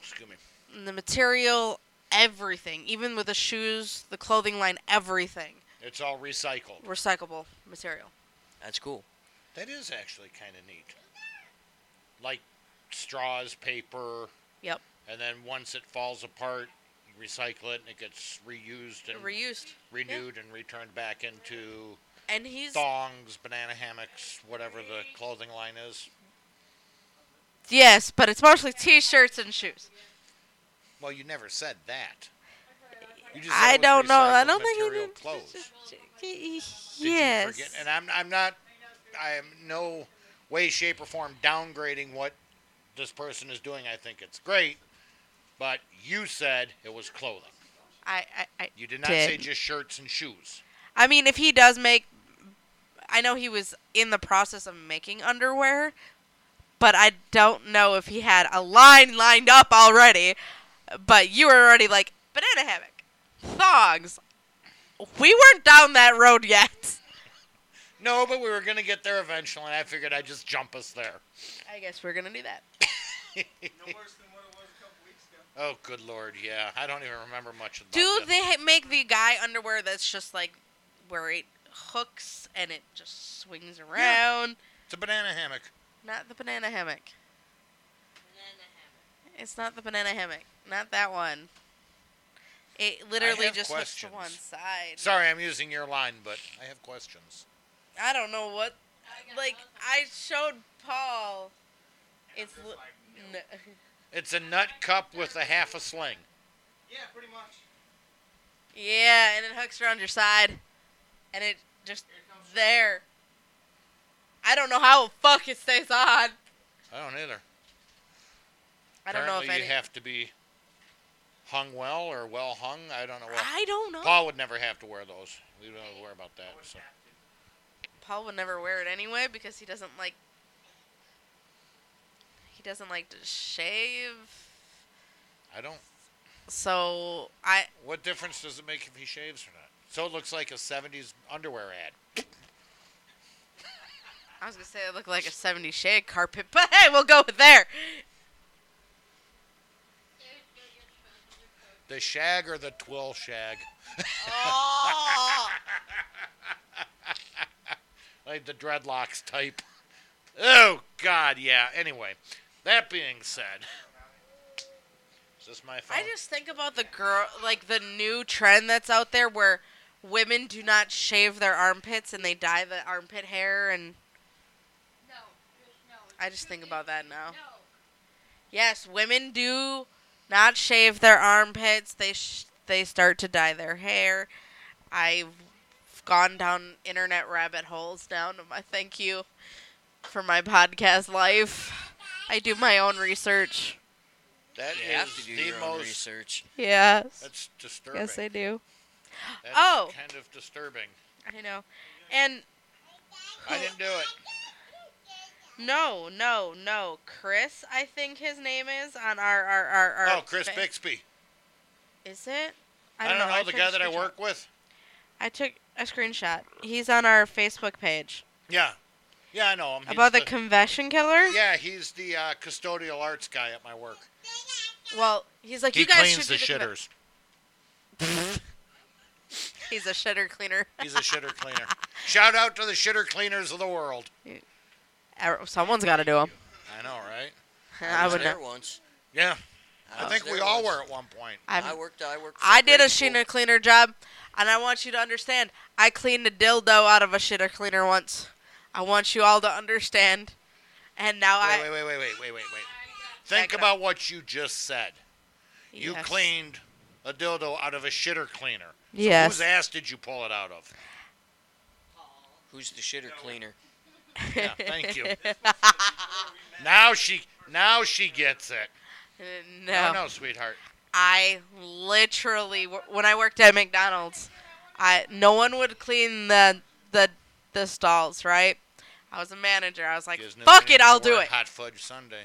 Speaker 3: Excuse me.
Speaker 4: the material, everything, even with the shoes, the clothing line, everything,
Speaker 3: It's all recycled.
Speaker 4: recyclable material.
Speaker 7: That's cool.
Speaker 3: That is actually kind of neat. Like straws, paper,
Speaker 4: Yep.
Speaker 3: and then once it falls apart, you recycle it and it gets reused and
Speaker 4: Reused.
Speaker 3: renewed and returned back into
Speaker 4: And he's
Speaker 3: thongs, banana hammocks, whatever the clothing line is.
Speaker 4: Yes, but it's mostly T-shirts and shoes.
Speaker 3: Well, you never said that. You just said
Speaker 4: I
Speaker 3: it was
Speaker 4: don't know. I
Speaker 3: recycled
Speaker 4: don't think he
Speaker 3: material
Speaker 4: did.
Speaker 3: clothes. Did you
Speaker 4: Yes.
Speaker 3: forget? And I'm I'm not I am no way, shape, or form downgrading what this person is doing. I think it's great, but you said it was clothing.
Speaker 4: I, I, I,
Speaker 3: You did not
Speaker 4: Did.
Speaker 3: say just shirts and shoes.
Speaker 4: I mean, if he does make, I know he was in the process of making underwear, but I don't know if he had a line lined up already. But you were already like banana hammock, thongs. We weren't down that road yet.
Speaker 3: No, but we were gonna get there eventually, and I figured I'd just jump us there.
Speaker 4: I guess we're gonna do that.
Speaker 6: No worse than what it was a couple weeks ago.
Speaker 3: Oh, good lord, yeah. I don't even remember much of
Speaker 4: Do
Speaker 3: that.
Speaker 4: they ha- make the guy underwear that's just like where it hooks and it just swings around?
Speaker 3: It's a banana hammock.
Speaker 4: Not the banana hammock. It's not the banana hammock. Not that one. It literally
Speaker 3: have
Speaker 4: just
Speaker 3: questions.
Speaker 4: hooks to one side.
Speaker 3: Sorry, I'm using your line, but I have questions.
Speaker 4: I don't know what. Like I showed Paul. It's li- no.
Speaker 3: It's a nut cup with a half a sling.
Speaker 6: Yeah, pretty much.
Speaker 4: yeah, and it hooks around your side, and it just there. I don't know how the fuck it stays on.
Speaker 3: I don't either.
Speaker 4: I don't know if
Speaker 3: Apparently
Speaker 4: any.
Speaker 3: you have to be hung well or well hung. I don't know what.
Speaker 4: I don't know. Paul,
Speaker 3: Paul would never have to wear those. We don't have to worry about that. So.
Speaker 4: would never wear it anyway because he doesn't like. He doesn't like to shave.
Speaker 3: I don't.
Speaker 4: So I
Speaker 3: What difference does it make if he shaves or not? So it looks like a '70s underwear ad.
Speaker 4: I was gonna say it looked like a 70 shade carpet, [LAUGHS] but hey, we'll go with there.
Speaker 3: The shag or the twill shag,
Speaker 4: Oh,
Speaker 3: [LAUGHS] like the dreadlocks type. Oh God, yeah. Anyway, that being said, is this my phone?
Speaker 4: I just think about the girl, like the new trend that's out there where women do not shave their armpits and they dye the armpit hair, and I just think about that now. Yes, women do not shave their armpits. They sh- they start to dye their hair. I've gone down internet rabbit holes down to my thank you for my podcast life. I do my own research.
Speaker 3: That
Speaker 7: You
Speaker 3: is
Speaker 7: have to do
Speaker 3: the
Speaker 7: your own
Speaker 3: most.
Speaker 7: research.
Speaker 4: Yes.
Speaker 3: That's disturbing.
Speaker 4: Yes, I do.
Speaker 3: That's
Speaker 4: Oh.
Speaker 3: kind of disturbing.
Speaker 4: I know. And
Speaker 3: I didn't do it.
Speaker 4: no, no, no. Chris, I think his name is on our our our, our
Speaker 3: Oh, Chris
Speaker 4: fa-
Speaker 3: Bixby.
Speaker 4: Is it?
Speaker 3: I don't, know,
Speaker 4: I
Speaker 3: the
Speaker 4: took
Speaker 3: guy
Speaker 4: a
Speaker 3: that I
Speaker 4: screenshot.
Speaker 3: work with.
Speaker 4: I took a screenshot. He's on our Facebook page
Speaker 3: Yeah, yeah, I know him. He's
Speaker 4: about the, confession killer.
Speaker 3: yeah, he's the uh, custodial arts guy at my work.
Speaker 4: Well, he's like
Speaker 3: He
Speaker 4: you guys
Speaker 3: cleans
Speaker 4: should
Speaker 3: the
Speaker 4: do conve-"
Speaker 3: shitters.
Speaker 4: He's a shitter cleaner.
Speaker 3: He's a shitter
Speaker 4: [LAUGHS]
Speaker 3: cleaner. Shout out to the shitter cleaners of the world.
Speaker 4: Er, Someone's got to do him.
Speaker 3: I know, right?
Speaker 4: I,
Speaker 7: was
Speaker 4: would.
Speaker 7: there
Speaker 4: Not.
Speaker 7: once.
Speaker 3: Yeah,
Speaker 7: I
Speaker 3: I
Speaker 7: was
Speaker 3: think
Speaker 7: there
Speaker 3: we all
Speaker 7: once.
Speaker 3: were at one point.
Speaker 4: I've,
Speaker 7: I worked. I worked. For
Speaker 4: I did a
Speaker 7: grade school.
Speaker 4: shitter cleaner job, and I want you to understand. I cleaned a dildo out of a shitter cleaner once. I want you all to understand. And now Oh, I
Speaker 3: Wait, wait, wait, wait, wait, wait, wait, wait. Think
Speaker 4: Back it up.
Speaker 3: about what you just said. You
Speaker 4: Yes.
Speaker 3: cleaned a dildo out of a shitter cleaner. So
Speaker 4: Yes. [LAUGHS]
Speaker 3: Whose ass did you pull it out of?
Speaker 7: Who's the shitter cleaner?
Speaker 3: Yeah, thank you. now she, now she gets it.
Speaker 4: Uh,
Speaker 3: No,
Speaker 4: [LAUGHS] No,
Speaker 3: no, sweetheart.
Speaker 4: I literally w- when I worked at McDonald's, I no one would clean the the the stalls, right? I was a manager. I was like,
Speaker 3: Gives no
Speaker 4: "Fuck
Speaker 3: meaning
Speaker 4: it,
Speaker 3: to
Speaker 4: I'll
Speaker 3: the
Speaker 4: do
Speaker 3: word
Speaker 4: it."
Speaker 3: Hot fudge Sunday.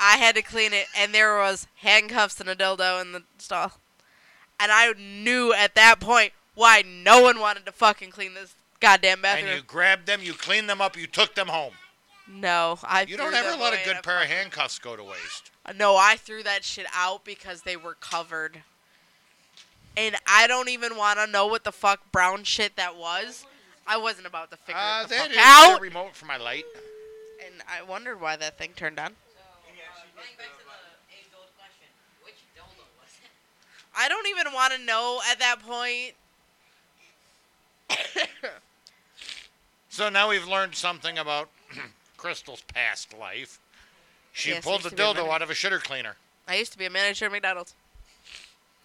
Speaker 4: I had to clean it, and there was handcuffs and a dildo in the stall, and I knew at that point why no one wanted to fucking clean this goddamn bathroom.
Speaker 3: And you grabbed them, you cleaned them up, you took them home.
Speaker 4: no, I.
Speaker 3: You don't
Speaker 4: threw
Speaker 3: ever
Speaker 4: them
Speaker 3: let
Speaker 4: away
Speaker 3: a
Speaker 4: in
Speaker 3: good pair of handcuffs go to waste.
Speaker 4: No, I threw that shit out because they were covered. And I don't even want to know what the fuck brown shit that was. I wasn't about to figure
Speaker 3: Uh,
Speaker 4: it the fuck
Speaker 3: that is the
Speaker 4: out.
Speaker 3: remote for my light.
Speaker 4: and I wondered why that thing turned on.
Speaker 5: Going back to the age-old question, which dildo was it?
Speaker 4: I don't even want to know at that point. [COUGHS]
Speaker 3: So now we've learned something about [CLEARS THROAT] Crystal's past life. She
Speaker 4: Yes,
Speaker 3: pulled the
Speaker 4: used to be a
Speaker 3: dildo
Speaker 4: manager.
Speaker 3: out of a shitter cleaner.
Speaker 4: I used to be a manager at McDonald's.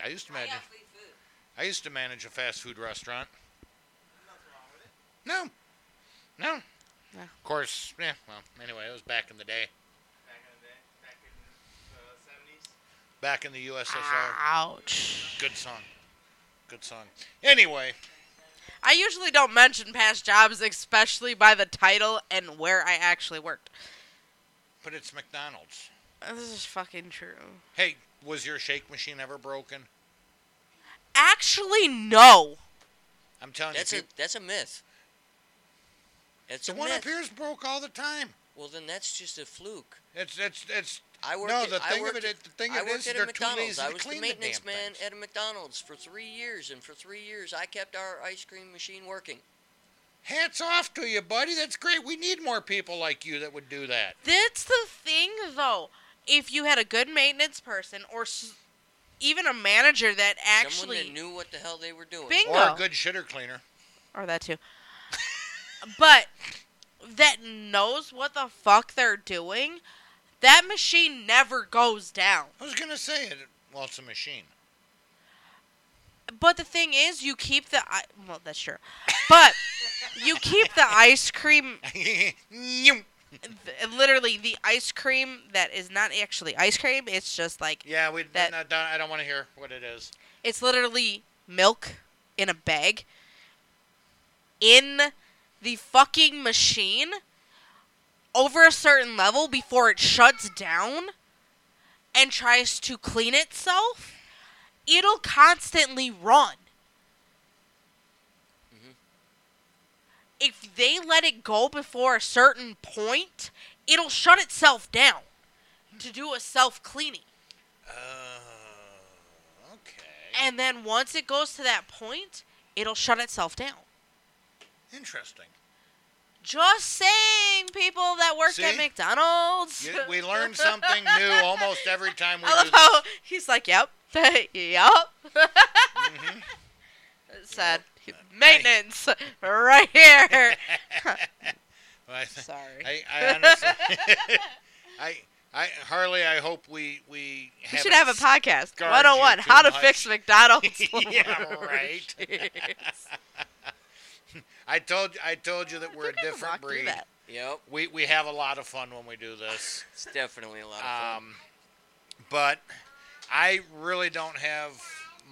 Speaker 3: I used to manage. I used to manage a fast food restaurant. No, no.
Speaker 4: No.
Speaker 3: Of course, yeah. Well, anyway, it was back in the day,
Speaker 6: Back in the day, back in the uh, seventies.
Speaker 3: back in the
Speaker 4: Ah.
Speaker 3: USSR.
Speaker 4: Ouch.
Speaker 3: Good song, good song. Anyway,
Speaker 4: I usually don't mention past jobs, especially by the title and where I actually worked.
Speaker 3: but it's McDonald's.
Speaker 4: This is fucking true.
Speaker 3: Hey, was your shake machine ever broken?
Speaker 4: Actually, no.
Speaker 3: I'm telling
Speaker 7: That's
Speaker 3: you,
Speaker 7: a
Speaker 3: peop-
Speaker 7: that's a myth. That's
Speaker 3: the
Speaker 7: a
Speaker 3: one
Speaker 7: myth.
Speaker 3: up here is broke all the time.
Speaker 7: Well, then that's just a fluke.
Speaker 3: It's it's it's
Speaker 7: I worked.
Speaker 3: No,
Speaker 7: at,
Speaker 3: the
Speaker 7: I
Speaker 3: thing of
Speaker 7: worked
Speaker 3: it-
Speaker 7: at-
Speaker 3: the thing
Speaker 7: I
Speaker 3: of it
Speaker 7: worked
Speaker 3: is
Speaker 7: at a
Speaker 3: they're too lazy
Speaker 7: McDonald's.
Speaker 3: to
Speaker 7: I was
Speaker 3: clean the
Speaker 7: the maintenance
Speaker 3: damn
Speaker 7: man
Speaker 3: things.
Speaker 7: at a McDonald's for three years, and for three years I kept our ice cream machine working.
Speaker 3: Hats off to you, buddy. That's great. We need more people like you that would do that.
Speaker 4: That's the thing, though. If you had a good maintenance person or s- even a manager that
Speaker 7: Someone that
Speaker 4: actually
Speaker 7: knew what the hell they were doing.
Speaker 4: bingo
Speaker 3: Or a good shitter cleaner.
Speaker 4: or that too, but that knows what the fuck they're doing, that machine never goes down.
Speaker 3: I was gonna say it. Well, it's a machine. [LAUGHS]
Speaker 4: But the thing is, you keep the i- well, that's true, but you keep the ice cream
Speaker 3: Nyum.
Speaker 4: th- literally the ice cream that is not actually ice cream. It's just like
Speaker 3: yeah, we.
Speaker 4: That-
Speaker 3: no, don't- I don't want to hear what it is.
Speaker 4: It's literally milk in a bag in the fucking machine over a certain level before it shuts down and tries to clean itself. It'll constantly run.
Speaker 7: Mhm.
Speaker 4: If they let it go before a certain point, it'll shut itself down to do a self cleaning.
Speaker 3: Oh, okay.
Speaker 4: And then once it goes to that point, it'll shut itself down.
Speaker 3: Interesting.
Speaker 4: Just saying, people that work
Speaker 3: See?
Speaker 4: at McDonald's.
Speaker 3: You, we
Speaker 4: [LAUGHS]
Speaker 3: learn something new almost every
Speaker 7: [LAUGHS]
Speaker 3: time we
Speaker 4: I love
Speaker 3: do
Speaker 4: how he's like, "Yep, [LAUGHS] yep."
Speaker 3: this. Mhm.
Speaker 7: [LAUGHS]
Speaker 4: Said maintenance [LAUGHS] right
Speaker 3: [LAUGHS]
Speaker 4: here.
Speaker 3: [LAUGHS] Well, I th-
Speaker 4: [LAUGHS] Sorry.
Speaker 3: I, I honestly, [LAUGHS] I, I, Harley, I hope we we.
Speaker 4: we should have
Speaker 3: haven't
Speaker 4: a podcast.
Speaker 3: scarred you
Speaker 4: 101
Speaker 3: too
Speaker 4: How to
Speaker 3: much.
Speaker 4: fix McDonald's.
Speaker 3: [LAUGHS]
Speaker 4: [LAUGHS]
Speaker 3: Yeah, right.
Speaker 4: Oh, Jeez.
Speaker 3: [LAUGHS] I told I told you that we're a
Speaker 4: Think I
Speaker 3: different
Speaker 4: walked through
Speaker 3: breed.
Speaker 4: that.
Speaker 7: Yep,
Speaker 3: We we have a lot of fun when we do this.
Speaker 7: it's definitely a lot of fun.
Speaker 3: Um, but I really don't have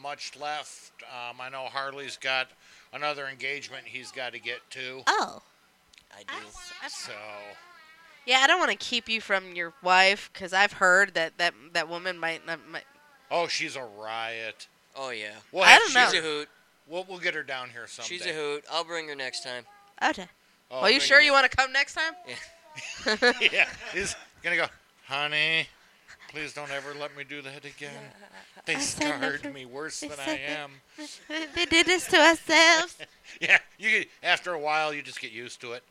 Speaker 3: much left. Um, I know Harley's got another engagement he's got to get to.
Speaker 4: Oh,
Speaker 7: I do.
Speaker 4: Uh-huh.
Speaker 3: So
Speaker 4: yeah. I don't want to keep you from your wife because I've heard that that that woman might not. Might,
Speaker 3: oh, she's a riot.
Speaker 7: Oh yeah.
Speaker 3: We'll
Speaker 4: I
Speaker 3: have-
Speaker 4: don't
Speaker 3: she's
Speaker 4: know.
Speaker 7: She's a hoot.
Speaker 3: We'll, we'll get her down here someday.
Speaker 7: She's a hoot. I'll bring her next time.
Speaker 4: Okay.
Speaker 3: Oh,
Speaker 4: well, you
Speaker 3: thank
Speaker 4: sure you want to come next time?
Speaker 3: [LAUGHS] yeah, he's gonna go, honey. Please don't ever let me do that again. They
Speaker 4: I said
Speaker 3: scarred
Speaker 4: never-
Speaker 3: me worse
Speaker 4: they
Speaker 3: than I
Speaker 4: said that-
Speaker 3: am.
Speaker 4: [LAUGHS] they did this to ourselves.
Speaker 3: [LAUGHS] Yeah, you get- after a while you just get used to it.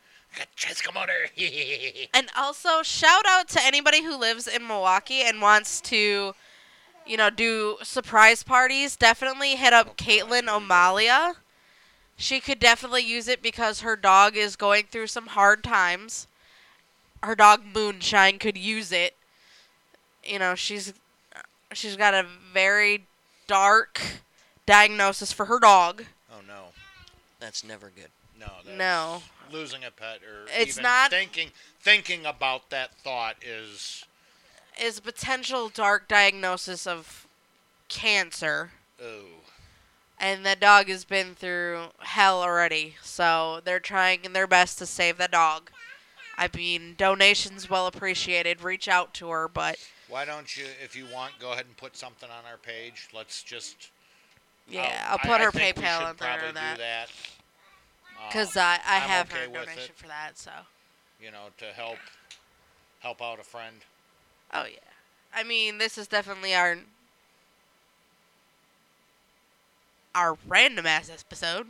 Speaker 3: Just come on here.
Speaker 4: And also, shout out to anybody who lives in Milwaukee and wants to, you know, do surprise parties. Definitely hit up Caitlin O'Malia. She could definitely use it because her dog is going through some hard times. Her dog Moonshine could use it. You know, she's she's got a very dark diagnosis for her dog.
Speaker 3: [LAUGHS] oh no,
Speaker 7: That's never good.
Speaker 3: no, that's
Speaker 4: No.
Speaker 3: Losing a pet or
Speaker 4: It's
Speaker 3: even
Speaker 4: not-
Speaker 3: thinking thinking about that thought is
Speaker 4: Is a potential dark diagnosis of cancer.
Speaker 3: oh
Speaker 4: and that dog has been through hell already. So they're trying their best to save the dog. I mean, donations well appreciated. Reach out to her, but
Speaker 3: Why don't you, if you want, go ahead and put something on our page? Let's just.
Speaker 4: yeah,
Speaker 3: I'll-
Speaker 4: I'll put
Speaker 3: Oh, I,
Speaker 4: her
Speaker 3: I think we
Speaker 4: PayPal
Speaker 3: should
Speaker 4: on there
Speaker 3: probably
Speaker 4: and that
Speaker 3: Do that. Uh,
Speaker 4: because I, I
Speaker 3: I'm
Speaker 4: have
Speaker 3: okay
Speaker 4: her
Speaker 3: with it.
Speaker 4: donation for that. So
Speaker 3: you know, to help help out a friend.
Speaker 4: oh yeah, I mean this is definitely our our random ass episode.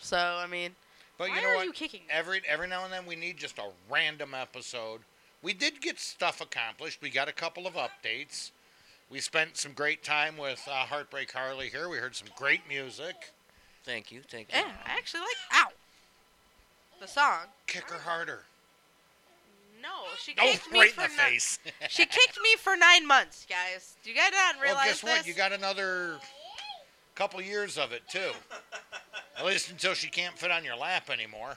Speaker 4: So I mean,
Speaker 3: But
Speaker 4: why
Speaker 3: you know
Speaker 4: are
Speaker 3: what?
Speaker 4: you kicking? me?
Speaker 3: every every now and then we need just a random episode. We did get stuff accomplished. We got a couple of updates. We spent some great time with uh, Heartbreak Harley here. We heard some great music.
Speaker 7: Thank you. Thank you.
Speaker 4: Yeah, I actually like ow the song.
Speaker 3: Kick her harder.
Speaker 4: No, she
Speaker 3: Oh,
Speaker 4: kicked me
Speaker 3: right
Speaker 4: for
Speaker 3: in the
Speaker 4: no- [LAUGHS]
Speaker 3: face.
Speaker 4: She kicked me for nine months, guys. Do you guys not realize
Speaker 3: well, guess
Speaker 4: this?
Speaker 3: what? You got another couple years of it
Speaker 4: [LAUGHS]
Speaker 3: too. At least until she can't fit on your lap anymore.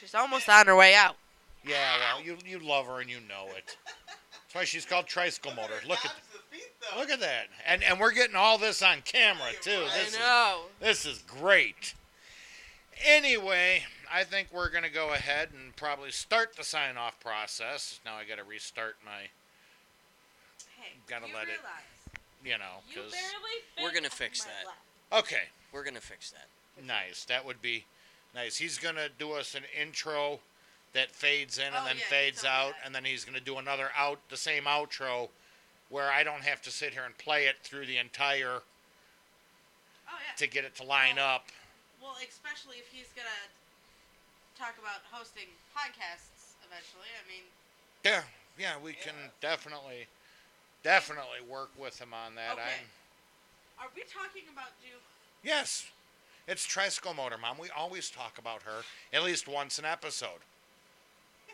Speaker 4: She's almost on her way out.
Speaker 3: Yeah, well, you you love her and you know it. That's why she's called tricycle motor. Look at
Speaker 6: Jobs the feet, though.
Speaker 3: look at that, and and we're getting all this on camera too. This is
Speaker 4: know.
Speaker 3: This is great. Anyway, I think we're going to go ahead and probably start the sign off process. Now I got to restart my,
Speaker 4: Hey,
Speaker 3: Gotta
Speaker 4: you
Speaker 3: let it-
Speaker 4: realize
Speaker 3: you know,
Speaker 4: You
Speaker 3: 'cause-
Speaker 4: barely fit
Speaker 7: We're gonna
Speaker 4: on
Speaker 7: fix
Speaker 4: my
Speaker 7: that.
Speaker 4: lap.
Speaker 3: Okay,
Speaker 7: We're gonna fix that.
Speaker 3: nice. That would be nice. He's going to do us an intro that fades in and
Speaker 4: Oh,
Speaker 3: then
Speaker 4: yeah, he
Speaker 3: fades
Speaker 4: told me
Speaker 3: out
Speaker 4: that.
Speaker 3: and then he's going to do another out the same outro where I don't have to sit here and play it through the entire
Speaker 4: Oh yeah.
Speaker 3: to get it to
Speaker 4: Oh.
Speaker 3: line up.
Speaker 4: Well, especially if he's gonna talk about hosting podcasts eventually. I mean,
Speaker 3: Yeah, yeah, we can definitely definitely work with him on that.
Speaker 4: Okay.
Speaker 3: I'm
Speaker 4: are we talking about do?
Speaker 3: Yes. It's Tresco Motor Mom. We always talk about her at least once an episode.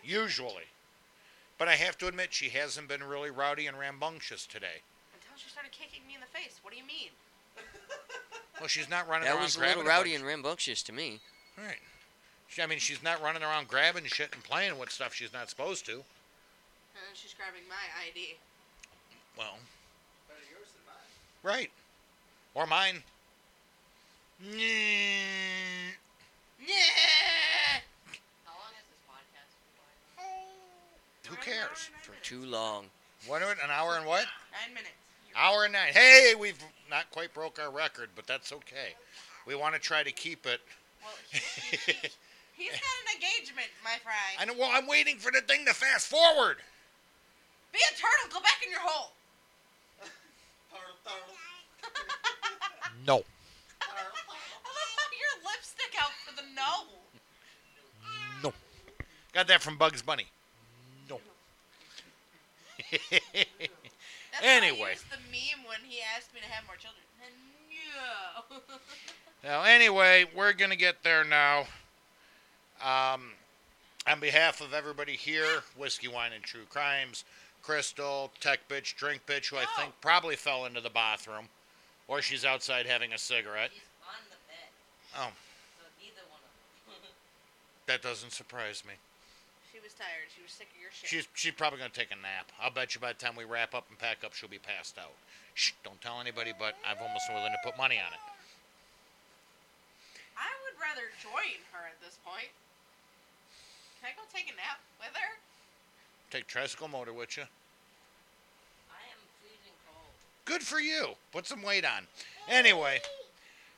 Speaker 3: Usually. But I have to admit, she hasn't been really rowdy and rambunctious today.
Speaker 4: Until she started kicking me in the face. What do you mean?
Speaker 3: Well, she's not running
Speaker 7: That
Speaker 3: around
Speaker 7: was a
Speaker 3: grabbing
Speaker 7: little rowdy
Speaker 3: a
Speaker 7: and rambunctious to me.
Speaker 3: bunch- Right. She, I mean, she's not running around grabbing shit and playing with stuff she's not supposed to.
Speaker 4: And then she's grabbing my ID.
Speaker 3: Well,
Speaker 6: Better yours than mine.
Speaker 3: right. Or mine. Nyeh.
Speaker 5: How long is this podcast?
Speaker 3: Who cares?
Speaker 7: For too long.
Speaker 3: What, an hour and what?
Speaker 4: Nine minutes.
Speaker 3: Hour and nine. Hey, we've not quite broke our record, but that's okay. We want to try to keep it. [LAUGHS]
Speaker 4: Well, he, he, he, he's got an engagement, my friend.
Speaker 3: I know. Well, I'm waiting for the thing to fast forward.
Speaker 4: Be a turtle. Go back in your hole.
Speaker 6: Turtle, turtle,
Speaker 3: No.
Speaker 6: turtle,
Speaker 4: I
Speaker 6: turtle.
Speaker 4: love how your lips stick out for the no.
Speaker 3: Got that from Bugs Bunny. [LAUGHS] No.
Speaker 4: That's
Speaker 3: Anyway.
Speaker 4: How I used the meme when he asked me to have more children. No.
Speaker 3: now, anyway, we're gonna get there now. Um, on behalf of everybody here, whiskey, wine, and true crimes, Crystal, Tech Bitch, Drink Bitch, who I
Speaker 4: Oh.
Speaker 3: think probably fell into the bathroom, or she's outside having a cigarette.
Speaker 5: He's on the bed,
Speaker 3: Oh,
Speaker 5: so neither one of them.
Speaker 3: that doesn't surprise me.
Speaker 4: she was tired. She was sick of your shit.
Speaker 3: She's she's probably gonna take a nap. I'll bet you by the time we wrap up and pack up, she'll be passed out. Shh, don't tell anybody, but I've almost willing to put money on it.
Speaker 4: I would rather join her at this point. Can I go take a nap with her?
Speaker 3: Take tricycle motor with you.
Speaker 5: I am freezing cold.
Speaker 3: Good for you. Put some weight on. Anyway,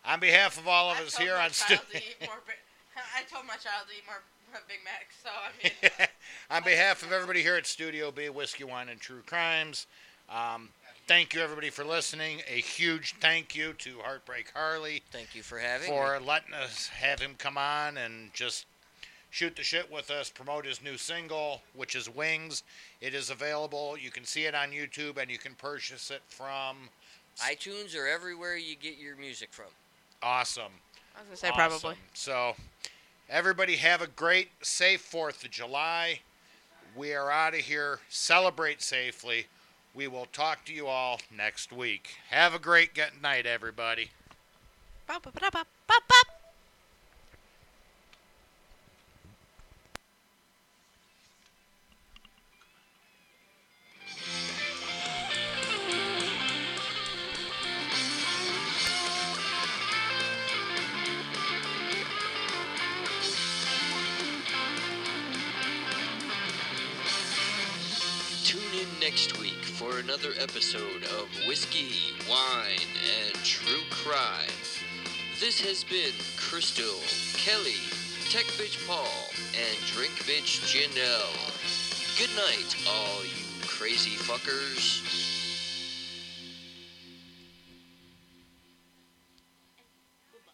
Speaker 3: on behalf of all of
Speaker 4: I
Speaker 3: us
Speaker 4: told
Speaker 3: here
Speaker 4: my
Speaker 3: on
Speaker 4: child
Speaker 3: stu-
Speaker 4: to eat more Big- [LAUGHS] I told my child to eat more Big Macs, so I mean,
Speaker 3: [LAUGHS] on behalf of everybody here at Studio B, Whiskey, Wine, and True Crimes, um, thank you everybody for listening. A huge thank you to Heartbreak Harley
Speaker 7: Thank you for having me.
Speaker 3: for letting us have him come on and just shoot the shit with us, promote his new single, which is Wings. It is available. You can see it on YouTube and you can purchase it from
Speaker 7: iTunes or everywhere you get your music from.
Speaker 3: Awesome.
Speaker 4: I was gonna say
Speaker 3: Awesome.
Speaker 4: probably.
Speaker 3: So, everybody have a great, safe 4th of July. We are out of here. Celebrate safely. We will talk to you all next week. Have a great good night, everybody.
Speaker 4: Bop, bop, bop, bop, bop, bop.
Speaker 2: Tune in next week for another episode of Whiskey, Wine, and True Crime. This has been Crystal, Kelly, Tech Bitch Paul, and Drink Bitch Janelle. Good night, all you crazy fuckers.